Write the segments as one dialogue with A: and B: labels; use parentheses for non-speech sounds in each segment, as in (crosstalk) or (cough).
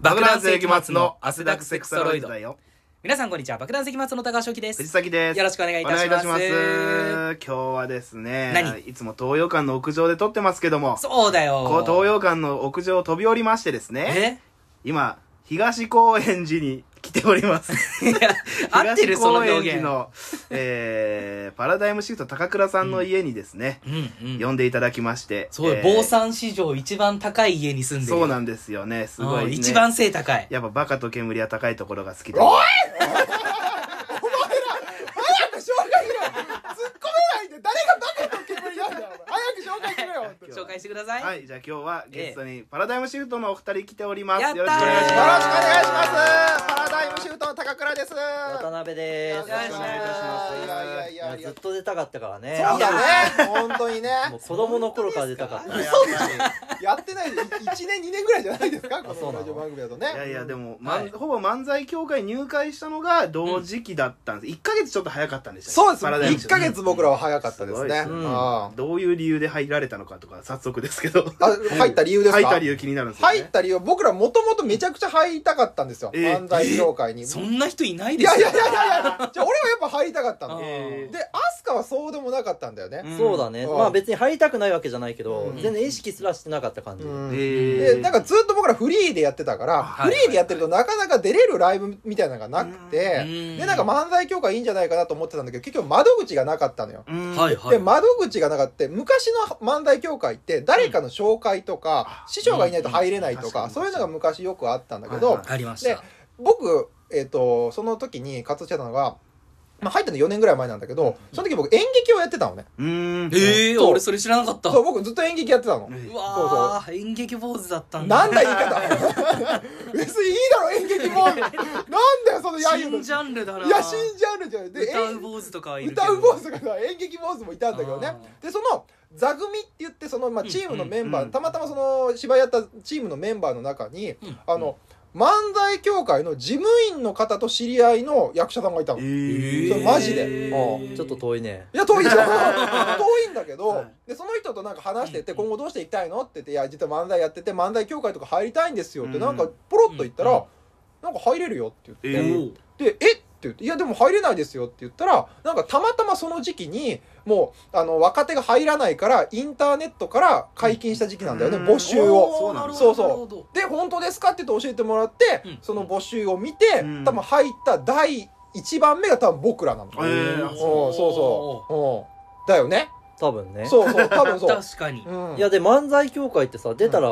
A: 爆弾世紀末の汗だくセクサロイド
B: だよ
A: 皆さんこんにちは爆弾石松の高橋樹です
B: 藤崎です
A: よろしくお願いいたします
B: お願いいたします今日はですね
A: 何
B: いつも東洋館の屋上で撮ってますけども
A: そうだよ
B: こう東洋館の屋上を飛び降りましてですね
A: え
B: 今東高円寺に来ております
A: いや (laughs) 合ってるその表現
B: 東高円寺の、えー、パラダイムシフト高倉さんの家にですね、
A: うんうん
B: 呼んでいただきまして
A: そうよ
B: えー
A: 坊さん史上一番高い家に住んでる
B: そうんなんですよねすごい、ね、
A: 一番背高い
B: やっぱバカと煙は高いところが好きで
C: 早く紹介しろよ突っ込めないで誰がバカと煙なんだよお前早く紹介しろよ本当に
A: 紹介してください、
B: はい、じゃあ今日はゲストにパラダイムシフトのお二人来ております。
A: やったー
B: よろしくお願いし
C: よろしくお
B: ます。
C: 願いしますパラダイムシフトの高倉です
D: 渡辺です。
C: よろしくお願いいたします
D: いやいやいやいやずっと出たかったからね。
C: そうだね本当にね
D: もう子供の頃から出たかった。
C: やってないで1年2年ぐらいじゃないですかこ
D: そう
C: のラ
D: なの
C: ジオ番組だと
B: いや
C: ね
B: いや、でも、
A: はい
B: まんほぼ漫才協会入会したのが同時期だったんです。1ヶ月ちょっと早かったんでしたっけ
C: そうです
B: パラダイムシ
C: 1
B: フト
C: ヶ月僕らは早かったですね
B: す
C: う
B: ごいで
C: ん
B: す
D: ね
C: あ
B: どういう理由で入られたのかとか、早速ですけど。
C: 入った理由ですか
B: 入った理由気になるんですよ、ね。
C: 入った理由僕らもともとめちゃくちゃ入りたかったんですよ
B: えー
C: 漫才協会に
A: そんな人いない
C: い
A: です
C: や
A: よ
C: いやいやいやいやじゃあ俺はやっぱ入りたかったの
A: あ
C: で
A: ー
C: アスカはそうでもなかったんだよね
D: そうだね。
C: うん
D: まあ別に入りたくないわけじゃないけ
C: う
D: ど
C: ん、
D: 全然意識すらしてなかった感じ。
C: うん
B: え
C: でなんかずっと僕らフリーでやってたから、
A: はい
C: フリーでやってるとなかなか出れるライブみたいなのがなくて、
A: うん
C: でなんか漫才協会いいんじゃないかなと思ってたんだけど結局窓口がなかったのよ。
B: うん
A: はいはい
C: で窓口がなかった昔の漫才協会って誰かの紹介とか、師匠がいないと入れないとか、
B: うん
C: そういうのが昔よくあったんだけ
B: は
C: ど、
B: いはい
A: ありました
C: 僕、えっとその時に活動してたのが、まあ、入ったの4年ぐらい前なんだけどその時僕演劇をやってたのね
B: うん。
A: ええ
C: そう
A: 俺それ知らなかった
C: そう僕ずっと演劇やってたの。
A: うわー演劇坊主だったんだ
C: なんだ言い方 (laughs) 別にいいだろ演
A: (laughs)
C: 劇もなんだよその揶揄の
A: 新ジャンルだない
C: や新ジャンルじゃないで
A: 歌う
C: え
A: 坊主とかはいるけど
C: 歌う坊主がさ演劇坊主もいたんだけどね
A: あ
C: でその座組って言ってその、まあ、チームのメンバー、
B: うんうん
C: たまたまその芝居やったチームのメンバーの中に、
A: うん
C: あの漫才協会の事務員の方と知り合いの役者さんがいたの、
B: え
C: い
B: ー
C: それマジで
D: うんちょっと遠いね。
C: や
B: (laughs)
C: 遠いじゃん遠いんだけど、
B: はい
C: でその人となんか話してて、
A: うんうん
C: 今後どうしていきたいのって言って「いや実は漫才やってて漫才協会とか入りたいんですよ」っ
B: う
C: て
B: ん
C: なんかポロッと言ったら「
A: うんうん
C: なんか入れるよ」って
B: え
C: 言って。
A: お
B: ー
A: う
C: で、えって言って、いやでも入れないですよって言ったら、なんかたまたまその時期に、もう、あの、若手が入らないから、インターネットから解禁した時期なんだよね、
B: うん
C: 募集
A: おー
C: を。
B: そうなの
A: るほ
C: そう
A: ど
C: そう
A: なるほど
C: で、本当ですかって言って教えてもらって、
A: うん
C: その募集を見て、
B: うん
C: 多分入った第1番目が多分僕らなの。
B: えーあ
C: うん
B: そ
C: そうそう。うん。だよね。
D: 多分ね。
C: そうそう、
A: (laughs)
C: 多分そう。
A: 確かに
C: うん
D: いやで漫才協会ってさ、出たら、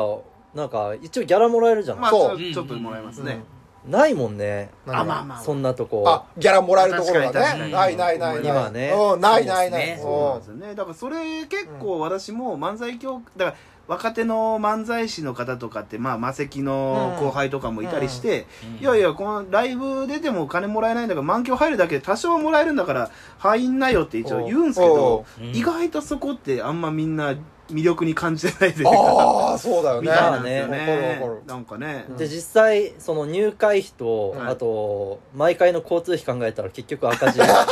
D: なんか一応ギャラもらえるじゃ
B: うま
D: な
B: あちょ
C: そ
D: い
C: う
B: ちょっともらいますね。
D: ないもんね。
C: うん何が
B: あまあまあ
D: そんなとこ。
C: あ、ギャラもらえるところが
B: 確かに確か
C: ね。
B: に
C: ないないないない。
D: 今ね
C: うん、ないないな
A: そうです
C: い。
A: ね
B: そうなん
C: う
B: で
C: ん
B: すよねだからそれ結構私も漫才協だから若手の漫才師の方とかってまあ魔石の後輩とかもいたりして、いやいやこのライブ出てもお金もらえないんだから満響入るだけで多少はもらえるんだから入んなよって一応言うんすけど
A: うん
B: 意外とそこってあんまみんな魅力に感じてないで
C: ああ、そうだよ
B: み
C: ね。
B: たいなんですよ
C: わかるわ
B: ね
C: かる
B: なんかね、
D: で実際その入会費と、
B: はい
D: あと毎回の交通費考えたら結局赤字
B: あまあ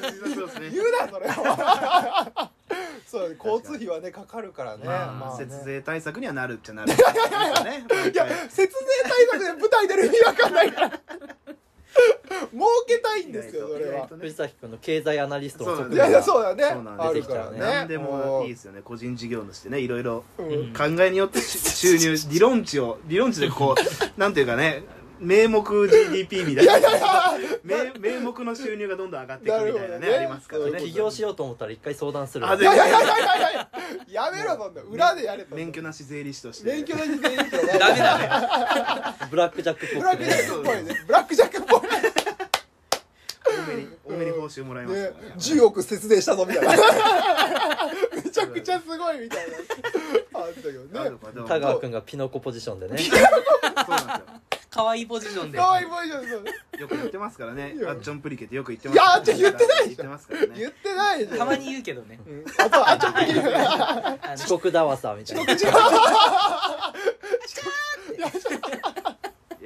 B: そうですね
C: 言うなそれ (laughs) はそう交通費はねかかるからね,、
B: まあ、
C: まあね
B: 節税対策にはなるっちゃなるんですよね
C: (laughs) いや節税対策で舞台出る意味わかんない (laughs) から儲けたいんですよそれ
B: 意
C: は
B: 外とね
D: 藤崎君の経済アナリストの側
B: そう
C: い
D: 面
C: やいや
D: が
C: そうだよね
B: そうなんです
C: あるからね
B: 何でもいいですよね個人事業主ってねいろいろ
C: うん
A: うん
B: 考えによってし収入理論値を理論値でこ
C: (laughs)
B: うなんていうかね名目 GDP みたいな (laughs) 名名目の収入がどんどん上がっていくみたいな
C: なるほど
B: ね
C: ね
B: ありますからね
D: 起業しようと思ったら一回相談する
B: あ
C: い
B: で
C: やいやいやいやいやいややめろそんな裏でやれと
B: 免許なし税理士として
C: 免許の時点でいいけど
A: ダメだね
D: ブラックジャック
C: ブ
D: ポ
C: ラ
D: ッ
C: ックジ
D: ク
C: ャ
D: ね
C: ックっぽいねブラックジャックっぽいね
B: 多めに多めに報酬もらいます
C: ね
B: からね
C: 10億節税したぞみたいなめちゃくちゃすごいみたいなあったけど
B: な
C: ね
B: るほど
D: 田川君がピノコポジションでね
B: そうなんです
A: 可愛いポジションで
C: 可愛いポジションそう
B: よよく言ってますからね
C: いや
B: アッチョンプリケってよく言ってますからね
C: いやじゃあ言ってない
B: 言ってますから
C: 言
B: ね
C: ってないじゃん
A: たまに言うけどね
C: うんあとあちょっとい
A: あの
D: 遅刻だわさみたいな
B: やい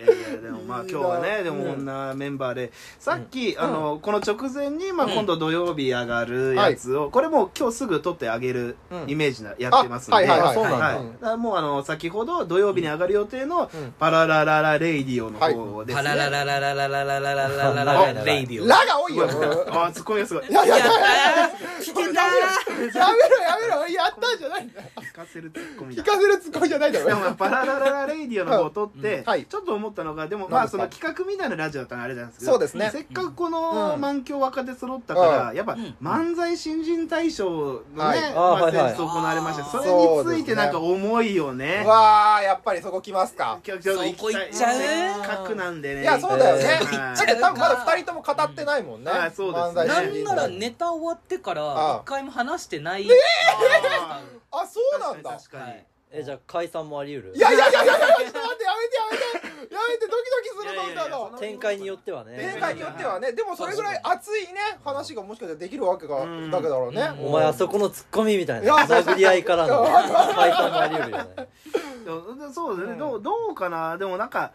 B: やでもままあ今日はねでもこんなメンバーでさっき、
C: ん
B: あのこの直前に、まあ、
A: うん
B: 今度土曜日上がるやつを、これもう今日すぐ撮ってあげる
C: うん
B: イメージな、やってますんで
C: あはいはいはい
D: あそうなんだ
B: はいだからもうあの先ほど土曜日に上がる予定の
C: うん
B: 「パララララレイディオ」の方です
A: パ
B: ね、
A: ラララララララララララララレイディオ。
B: (laughs)
C: ラが多いよ。
B: あツッコミがすごい
C: やいや
A: や
C: い
A: っ
C: や
A: たー聞けたー
C: やめろやめろやったんじゃないんだよ
B: 聞かせるツッコミ
C: 聞
B: だ
C: かせるツッコミじゃないだ
B: で
C: ろ
B: もパララララレイディオの方を撮って、
C: うんはい
B: ちょっと思ったのがでもま
C: 何
B: あ
C: です
B: そ
C: か
B: の企画みたいなラジオだったらあれなんですけど
C: そうですね
B: せっかくこ
C: う
B: の
C: ん
B: 満響若手揃ったから、やっぱ
A: うん
B: 漫才新人大賞のね、
C: はい
B: ま
D: あ
B: あ
D: はいはい
B: 先日行われました
A: あー
B: それについてなんか思いをね
C: うわあやっぱりそこ来ますか
B: 今日ちょっと行きたい
A: そこ行っちゃ
C: う
B: せっかくなんでね
C: いやそうだよ
D: え
C: ね
B: ー
C: だって多分まだ二人とも語ってないもんね
B: うんあそうですね
C: 漫才
A: な
C: 新
A: ん
C: 人
A: ならネタ終わってから一回も話してない。
B: あー
C: あそうなんだ
B: 確かに確かに
D: えじゃあ解散もあり得る
C: いやいやいやいやいやちょっと待ってやめてやめてやめてドキドキする
B: いや
C: の
B: いやいや
C: 歌の
D: 展開によってはね
C: 展開によってはねでもそれぐらい熱いね話がもしかしたらできるわけがだ
B: うん
C: けだろうね
A: うん
D: お前あそこのツッコミみたい
C: いや
D: な殴り合いからの解散もあり得るよね
B: でもそうですね、
C: うん
B: どうどうかなでもなんか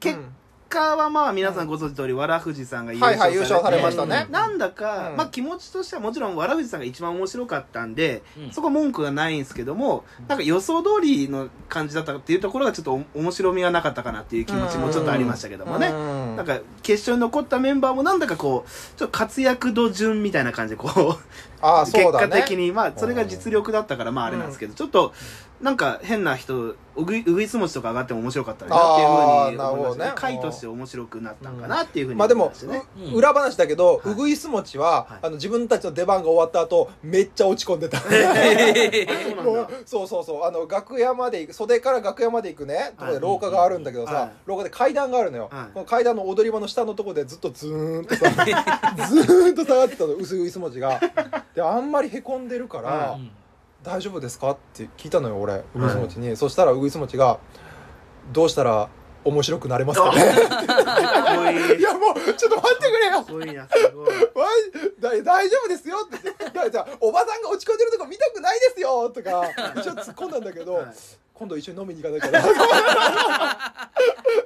B: 結
C: うん
B: 果はまあ皆さんご存知通り、わらふじさんが優
C: はい
B: 勝さ
C: は
B: れ
C: い
B: て、
C: 優勝されましたね
B: なんだか、
C: うん
B: まあ気持ちとしてはもちろんわらふじさんが一番面白かったんで、
A: うん
B: そこ文句がないんですけどもなんか予想通りの感じだったっていうところがちょっとお面白みがなかったかなっていう気持ちもちょっとありましたけどもね、
C: うん
B: なんか決勝に残ったメンバーもなんだかこうちょっと活躍度順みたいな感じでこう
C: あーそ
B: 結
C: うだ
B: 果
C: ね
B: 的にまあそれが実力だったからまああれなんですけど、ちょっとなんか変な人うぐいうぐいすもちとか上がっても面白かったなっていうふうに
C: あ
B: 思いま
C: ー
B: し
C: な
B: た
C: るほどね
B: ね回として面白くなったんかなっていうふうに
C: まあでも、
B: ね
C: う
A: うん
C: 裏話だけ
B: は
C: ど、
B: いう
C: ぐいすもちは、
B: はい
C: あの自分たちの出番が終わった後めっちゃ落ち込ん
B: (laughs)
C: でた
B: そうなん
C: も
B: だ
C: うそうそうそうあの楽屋まで行く袖から楽屋まで行くねとこで廊下があるんだけどさ、
B: はい
C: 廊下で階段があるのよ、
B: はい
C: この階段の踊り場の下のとこでずっとずーんと
B: (laughs)
C: さずーんと下がってたの薄いすもちがであんまりへこんでるから、
B: は
C: 大丈夫ですかって聞いたのよ俺うぐいすもちに、そしたらうぐいすもちが「どうしたら面白くなれま
B: (laughs)
C: す (laughs) かね?」
B: かっこ
C: (laughs)
B: い
C: いやもうちょっと待ってくれよ
B: いかっこいいなすごい
C: わいだ大丈夫ですよって言ってだじゃあおばさんが落ち込んでるとこ見たくないですよとか一応突っ込んだんだけど、
B: はい
C: 今度一緒に飲みに行かな
B: (laughs)
C: きゃな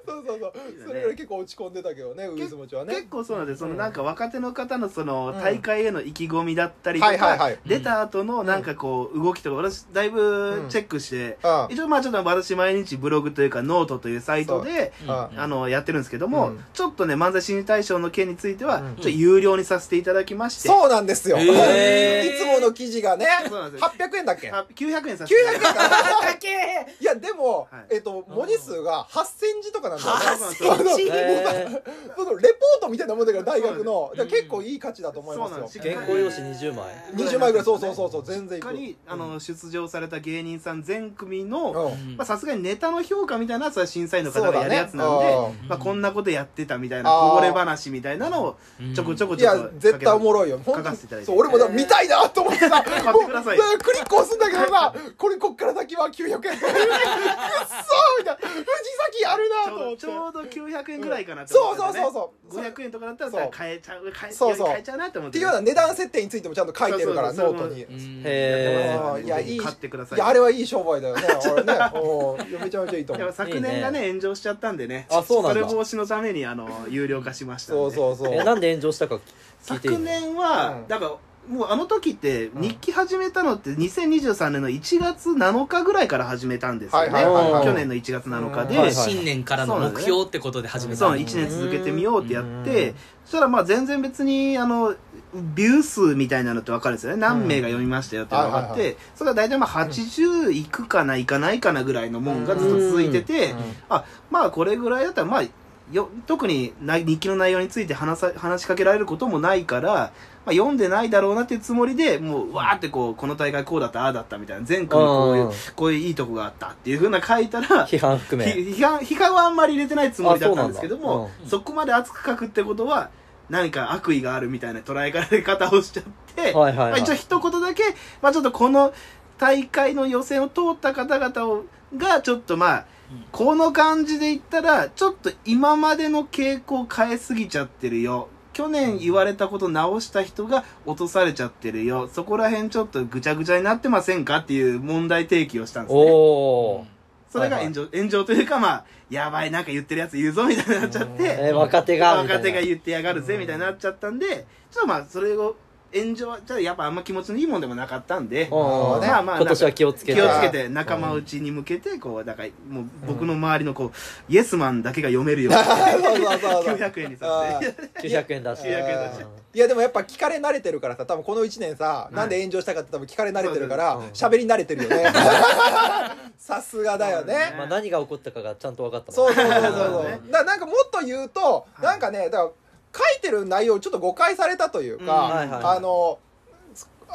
C: そうそうそうそれぐらい結構落ち込んでたけどねウイスモチは
B: 結
C: ね
B: 構そうなんですそのなんか若手の方のその
C: うん
B: 大会への意気込みだったりと
C: はいはい
B: か
C: はい
B: 出た後のなんかこう動きとか私だいぶチェックして
C: あ
B: 一応まあちょっと私毎日ブログというかノートというサイトで
C: うん
B: あのやってるんですけども、
C: うん
B: ちょっとね漫才新人大賞の件については、
C: うん
B: ちょっと有料にさせていただきまして、
C: そうなんですよ、
A: へー
C: いつもの記事がね
B: そうなんですよ
C: 800円だっけ900
B: あ900円させていただ
C: 円
B: き
C: かな
A: け
C: いやでも、
B: はい
C: えっと文字数が8000字とかなんだよね
B: ますそう
C: あ
B: なんです
C: の
D: え
C: そのレポートみたいなもんだから大学の
A: そう
C: だ
A: なんです
C: から結構いい価値だと思います
B: そ
C: よ
B: うなんです
D: ー原稿用紙20枚
C: 20枚ぐらいそうそうそうそう全然い
B: 他
C: く
B: にあの出場された芸人さん全組の、
C: うん
B: まあさすがにネタの評価みたいなやつは審査員の方がやるやつなん
C: そう
B: で、
C: だね
A: うん
B: まあ、こんなことやってたみたいな
C: あー
B: こぼれ話みたいなのをちょこちょこ
C: い
B: ちょ
C: や
B: こ
C: 絶対おも
B: ろ
C: ろいよ本
B: 書
C: 当
B: か
C: に
B: せていただいて
C: そう俺もだ見たいなと思ってさ (laughs) 買
B: 買ってくださいよ
C: クリック押すんだけどさこれこっから先は900円くっそー (laughs) みたいな藤崎あるな
B: ち
C: と
B: ょう
C: 思っ
B: ど
C: て
B: ちょうど900円ぐらいかなと
C: そ
B: 思
C: う
B: った
C: そ
B: ん
C: う
B: でね
C: そうそう
B: 500円とかだったら
C: そう
B: 買えちゃう買え
C: そうそう
B: 買えちゃうなって思っ
C: ってていうような値段設定についてもちゃんと書いてるから
B: そ
C: ノ
B: うそう
C: ー
B: そう
C: トに
D: へ
C: あーいやいい
B: 買ってください
C: いやあれはいい商売だよね俺ねおーいやめちゃめちゃい (laughs) いと
B: い
C: 思
B: や
C: う
B: 昨年がね炎上しちゃったんでね
D: あそうなんだ
B: れ防止のためにあの有料化しましたんで
C: そうそうそう
D: えなんで炎上したか聞いていい
B: 昨年は、
C: うん
B: だからもうあの時って
C: うん
B: 日記始めたのって2023年の1月7日ぐらいから始めたんですよね、
C: はい
D: はいはい
B: 去年の1月7日で、
D: うんはいはい
A: 新年からの目標ってことで始め
B: そ
A: た
B: う
A: の
B: 1年続けてみようってやっ
C: う
B: て
C: ん
B: そしたらまあ全然別にあのビュー数みたいなのって分かるんですよね何名が読みましたよってのが分かっ
C: うんはい
B: てそれが大体まあ80いくかないかないかなぐらいのもんがずっと続いてて、まあこれぐらいだったらまあよ特にな日記の内容について話さ話しかけられることもないから、まあ、読んでないだろうなっていうつもりでもうわーってこうこの大会こうだったああだったみたいな全組こういう
D: うん
B: こういういいとこがあったっていうふうな書いた
D: (laughs)
B: らひ
D: 批判含め
B: 批判批判はあんまり入れてないつもりだったんですけど
D: あそうな
B: も
D: ん
B: そ,、こまで熱く書くってことは何か悪意があるみたいな捉え方をしちゃって、
D: はいはい、
B: まあ、
D: はい、
B: 一応一言だけ、まあ、ちょっとこの大会の予選を通った方々をがちょっとまあ、
A: うん
B: この感じで言ったらちょっと今までの傾向を変えすぎちゃってるよ去年言われたこと直した人が落とされちゃってるよそこら辺ちょっとぐちゃぐちゃになってませんかっていう問題提起をしたんですね
D: おお、
B: それが炎上、炎上というかまあやばいなんか言ってるやつ言うぞみたいになっちゃって、
D: えー若手がみたいな
B: 若手が言ってやがるぜみたいになっちゃったんでちょっとまあそれを炎上はちょっとやっぱあんま気持ちのいいもんでもなかったんで、
D: うん
B: まあまあ
D: 今年は気をつけ
B: 気
D: て
B: をつけて仲間内に向けてこうだからもう僕の周りのこう、イエスマンだけが読めるように
C: そうそう (laughs) そうそう
B: 900円にさせて
D: 900円だし
B: 900円だし
C: いやでもやっぱ聞かれ慣れてるからさ多分この1年さ、
B: い
C: なんで炎上したかって多分聞かれ慣れてるから
D: そうそう
C: 喋り慣れてるよね (laughs) さすがだよね
D: まあ、何が起こったかがちゃんと分かった
C: そうそうそうそう
B: そう
C: そ
B: ね
C: うだからなんかもっと言うとなんかねだから書いてる内容をちょっと誤解されたというか、
A: うん
D: はいはい
C: あの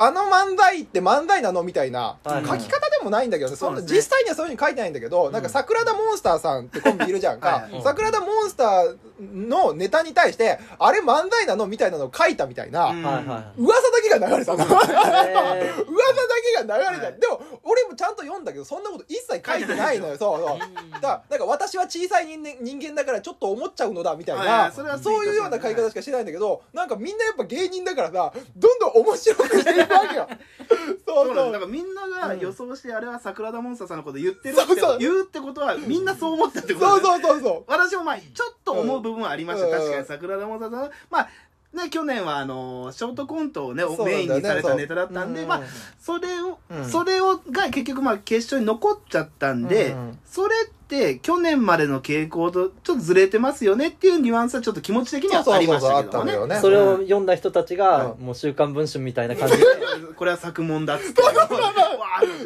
C: あの漫才って漫才なのみたいな
D: はい
C: 書
D: はい
C: き方でもないんだけどね、そんな
B: そうですね
C: 実際にはそういうふうに書いてないんだけど、なんか桜田モンスターさんってコンビいるじゃ
B: は
C: ん
B: い
C: か
B: はい
A: うん
C: 桜田モンスターのネタに対してあれ漫才なのみたいなのを書いたみたいな、
B: うん
D: はいは
C: 噂だけが流れたの (laughs)
D: いはい、えー
C: 噂だけが流れた、
B: はい
C: でも俺もちゃんと読んだけどそんなこと一切書いてないのよそうそうだからなんか私は小さい人間人間だからちょっと思っちゃうのだみたい
B: はいは
C: ない
B: それは
C: そういうような書き方しかしてないんだけどなんかみんなやっぱ芸人だからさどんどん面白くしていくわけよ
B: (laughs)
C: そ
B: そううなんですだか
C: そう
B: らみんなが予想してあれは桜田モンスターさんのこと言ってる
C: そう
B: って
C: そう
B: 言うってことはみんなそう思ってるってこと
C: そう
B: だよね
C: そうそうそう
B: 私もまあちょっと思う部分はありました、
C: うん
B: 確かに桜田モンスターさんはまあね去年はあのショートコントをね
C: そうなんだよ
B: メ
C: ね
B: インにされたネタだったんで、まあそれを、それをが結局まあ決勝に残っちゃったんで、
C: うん
B: それって去年までの傾向とちょっとずれてますよねっていうニュアンスはちょっと気持ち的にはありましたけどもね。
C: ね
D: それを読んだ人たちが、
C: う
D: もう「週刊文春」みたいな感じで、
B: (laughs) これは作文だっ
C: (laughs)
B: つって。わー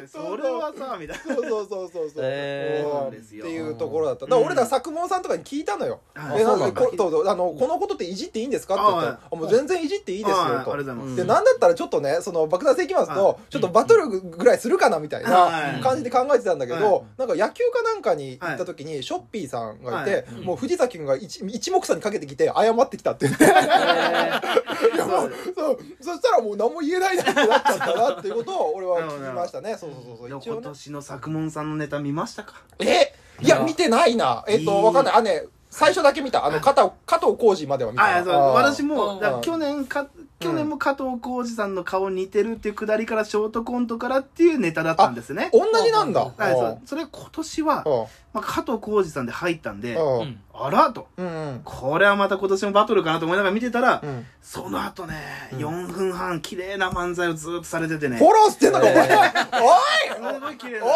B: それはさ、みたい
C: そうそうそうそうそう、
D: へ
C: う
D: ー
C: ん
B: そうなんですよ
C: っていうところだっただから俺ら作文さんとかに聞いたのよ「
B: な。は
D: あ
B: い
C: え
D: そ
C: な
D: うんな
C: か
D: んだ
C: こどうぞあのこのことっていじっていいんですか?」って言ったら
B: あ
C: 「あもう全然いじっていいですよ」
B: あ
C: と
B: ありがとうございます。
C: でなんだったらちょっとねその爆弾石ます
B: は
C: とちょっとバトルぐらいするかなみたい
B: は
C: ない感じで考えてたんだけ
B: は
C: どなんか野球かなんかに行った時にショッピーさんがいて
A: はい
C: もう藤崎君が一一目散にかけてきて謝ってきたって言って (laughs) いやもうそうそしたらもう何も言えないなってなっちゃったなっていうことを俺は聞きましたねそうそうそ
B: で
C: うそう
B: も
C: 一応
B: 今
C: ね
B: 年の作文さんのネタ見ましたか
C: えいや見てないなえっ
B: いい
C: とわかんないあね最初だけ見たあの加藤加藤浩次までは見た
B: あそう私
A: う
B: も
A: ん
B: だから去年か去年も加藤浩次さんの顔似てるっていうくだりからショートコントからっていうネタだったんですね
C: 同じなんだ
B: はいそ
C: うん
B: うそれ今年は、まあ、加藤浩次さんで入ったんで
C: うん
A: うん
B: あらと
C: うんうん
B: これはまた今年もバトルかなと思いながら見てたら、
C: うん
B: その後ね、
C: う
B: 4
C: ん
B: 分半綺麗な漫才をずっとされててね
C: フォローしてんのかお前おい
B: すごい綺麗な
C: お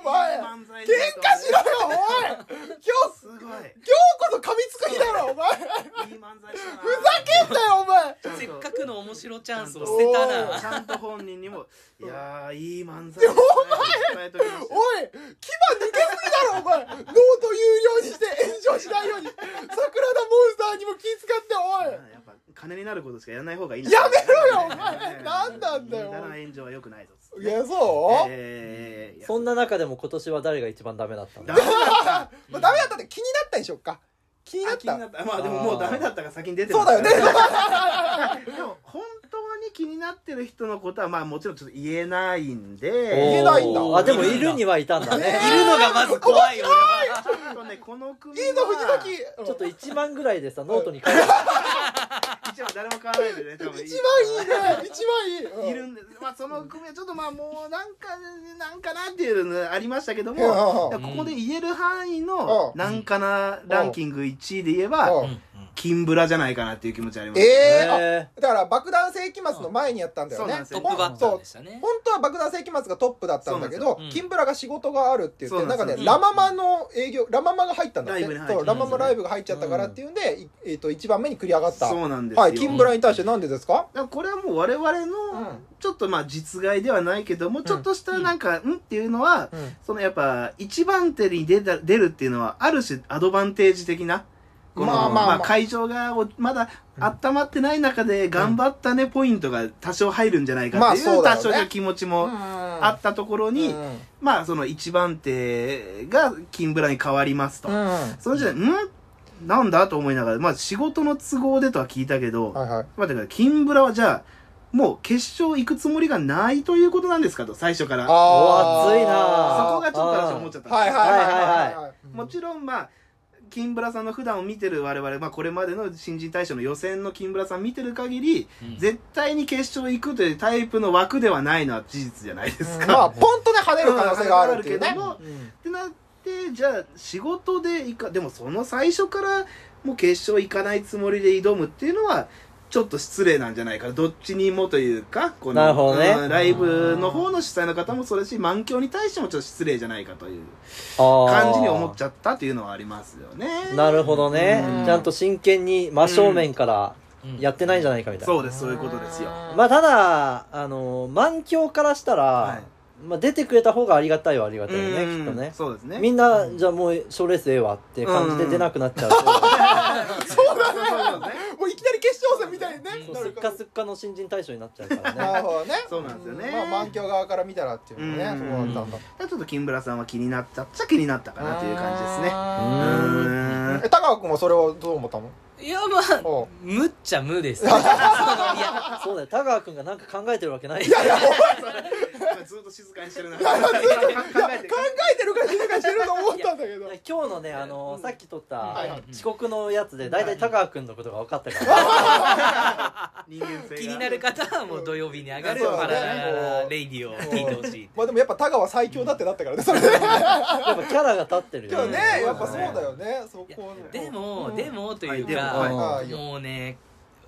C: いお前
B: 漫才
C: 喧嘩しろよおい今日今日
B: すごい
C: こそ噛みつく日だろお
B: いい
C: 前ふざ
B: 漫才したな
C: けんなよお前
A: せっかくの面白チャンスを
B: そ
A: 捨
B: う
A: てた
B: ち
A: ら
B: ゃんと本人にも「いやーいい漫才だね」伝えときました
C: おい牙抜けすぎだろお前ノート有料にして炎上しないように桜田モンスターにも気遣っておい
B: やっぱ金になることしかやらない方がいい
C: やめろよお
B: え
C: 前
B: え
C: 何なんだよ
B: 無駄な炎上は良くないぞつって
C: いやそう、
B: ええいや
D: そんな中でも今年は誰が一番ダメだったの
B: ダメだった
C: まあ、ダメだったって気になったでしょうか気にな
B: あ
C: っ
B: 気に
C: た
B: なったまあでももうダメだったから先に出て
C: そうだよね
B: (laughs) ねでも本当に気になってる人のことはまあもちろんちょっと言えないん
D: おー
B: で
C: 言えないんだ
D: あでもいるにはいたんだ
A: い
B: (laughs)
D: ね
A: るのがまず怖いよ
B: ちょっとねこの組はい
C: いぞ藤崎うん
D: ちょっと1万ぐらいでさノートに書いてあ
B: 一番誰も買わないでね多分
C: 一番いいね一番いい、うん
B: いるんです、 (laughs) まあ、その組はちょっとまあもうなんかなんかなっていうのありましたけども、
C: うん
B: (laughs)
C: うんうん
B: ここで言える範囲
C: う
B: の
C: ん
B: なんかなランキング1位で言えば、
C: うん
B: 金ブラじゃないかなっていう気持ちあります、
C: え
D: る
C: ーだから爆弾世紀末の前にやったんだよね
B: うん
A: ト
B: そう
A: ップバッターでしたね
C: 本当は爆弾世紀末がトップだったんだけ
B: そう
C: ど、
A: なんですよ
C: 金プラが仕事があるって言って
B: そうな
C: な
B: んん
C: か
B: です
C: ね
B: よ
C: ラ・ママの営業ラ・ママが入ったんだって
B: ライブに入っちゃ
C: そ
B: っ
C: う
B: た
C: ラ・
B: んですよね
C: ママライブが入っちゃったからっていうんで、いえー、と一番目に繰り上がった
B: そうなんですよ、
C: はい金プラに対してなんでですか、
B: だからこれはもう我々のちょっとまあ実害ではないけども、ちょっとしたなんか、うん、っていうのは、
C: うん
B: そのやっぱ一番手に出た出るっていうのはある種アドバンテージ的なこの
C: まあまあまあ
B: 会場がおまだ温まってない中で頑張ったね、ポイントが多少入るんじゃないかっていう,、
C: まあそうだよね
B: 多少の気持ちもあったところに、
C: うん
B: まあその一番手が金ブラに変わりますと、
C: うんは
B: その時点でんなんだと思いながら、まあ、仕事の都合でとは聞いたけど、
C: いはい
B: 待ってください金ブラはじゃあもう決勝行くつもりがないということなんですかと最初からそ
C: あー
D: お熱いなー
B: こがちょっと私思っちゃったんです
C: はいはいはいはい
D: は
C: はい
B: もちろんまあ金村さんの普段を見てる我々、まあ、これまでの新人大賞の予選の金村さん見てる限り、
A: うん
B: 絶対に決勝行くというタイプの枠ではないのは事実じゃないですか。
C: まあポンとね跳ねる可能性があるっていう
B: うん
C: ね
B: まああるけども
C: うん
B: ってなっでじゃあ仕事でいかでもその最初からもう決勝行かないつもりで挑むっていうのはちょっと失礼なんじゃないかなどっちにもというかこの
D: なるほどね
B: うんライブの方の主催の方もそうだし満響に対してもちょっと失礼じゃないかという感じに思っちゃったというのはありますよね。
D: なるほどね
B: うん
D: ちゃんと真剣に真正面から
A: うん
D: やってないんじゃないかみたいな、
B: そうですそういうことですよ。
D: まあただあの満響からしたら、
B: はい
D: まあ、出てくれた方がありがたいはありがたいよね、
B: うん
D: きっとね
B: そうですね。
D: みんなじゃあもう賞レースええわって感じで出なくなっちゃうと、
B: そうだね。
C: もういきなり決勝戦みたいにね
D: そう
C: な
D: すっ
C: る
D: からすっかの新人大賞になっちゃう
C: (laughs)
D: から
C: な
D: ね
C: るほどね
B: そうなんですよね
C: まあ満響側から見たらっていうの
B: う
C: は
B: ん
C: ねそうだったんだ
B: ちょっと金村さんは気になったっちゃ気になったかなという感じですね。う
C: ね
B: ーん
C: え高川君はそれをどう思ったの
A: いやまあ
C: おう
A: 無っちゃ無
C: (laughs)
A: ですそのいや
D: そうだよ田川君がなんか考えてるわけない
B: 今ずっと静かにして
C: (laughs)
B: るな。考えて
C: 考えてるから静かにしてると思ったんだけ
B: (laughs)
C: ど
D: 今日のねあの、さっき撮っ
C: はいは
D: た
C: い
D: 遅刻のやつで大体田川君のことが分かったから、
B: 人間性が
A: 気になる方はもう土曜日に上がる
C: (laughs) そう
A: パラ
C: ね
A: レイディを聞いてほしい
C: まあでもやっぱ田川最強だってなったからねそれね
D: やっぱキャラが立ってる
C: 今
D: よ
C: 日ね
D: ね
C: やっぱそうだよねそこ
A: でもでもという
B: はい
D: で
A: か
D: も
C: はい
A: もうね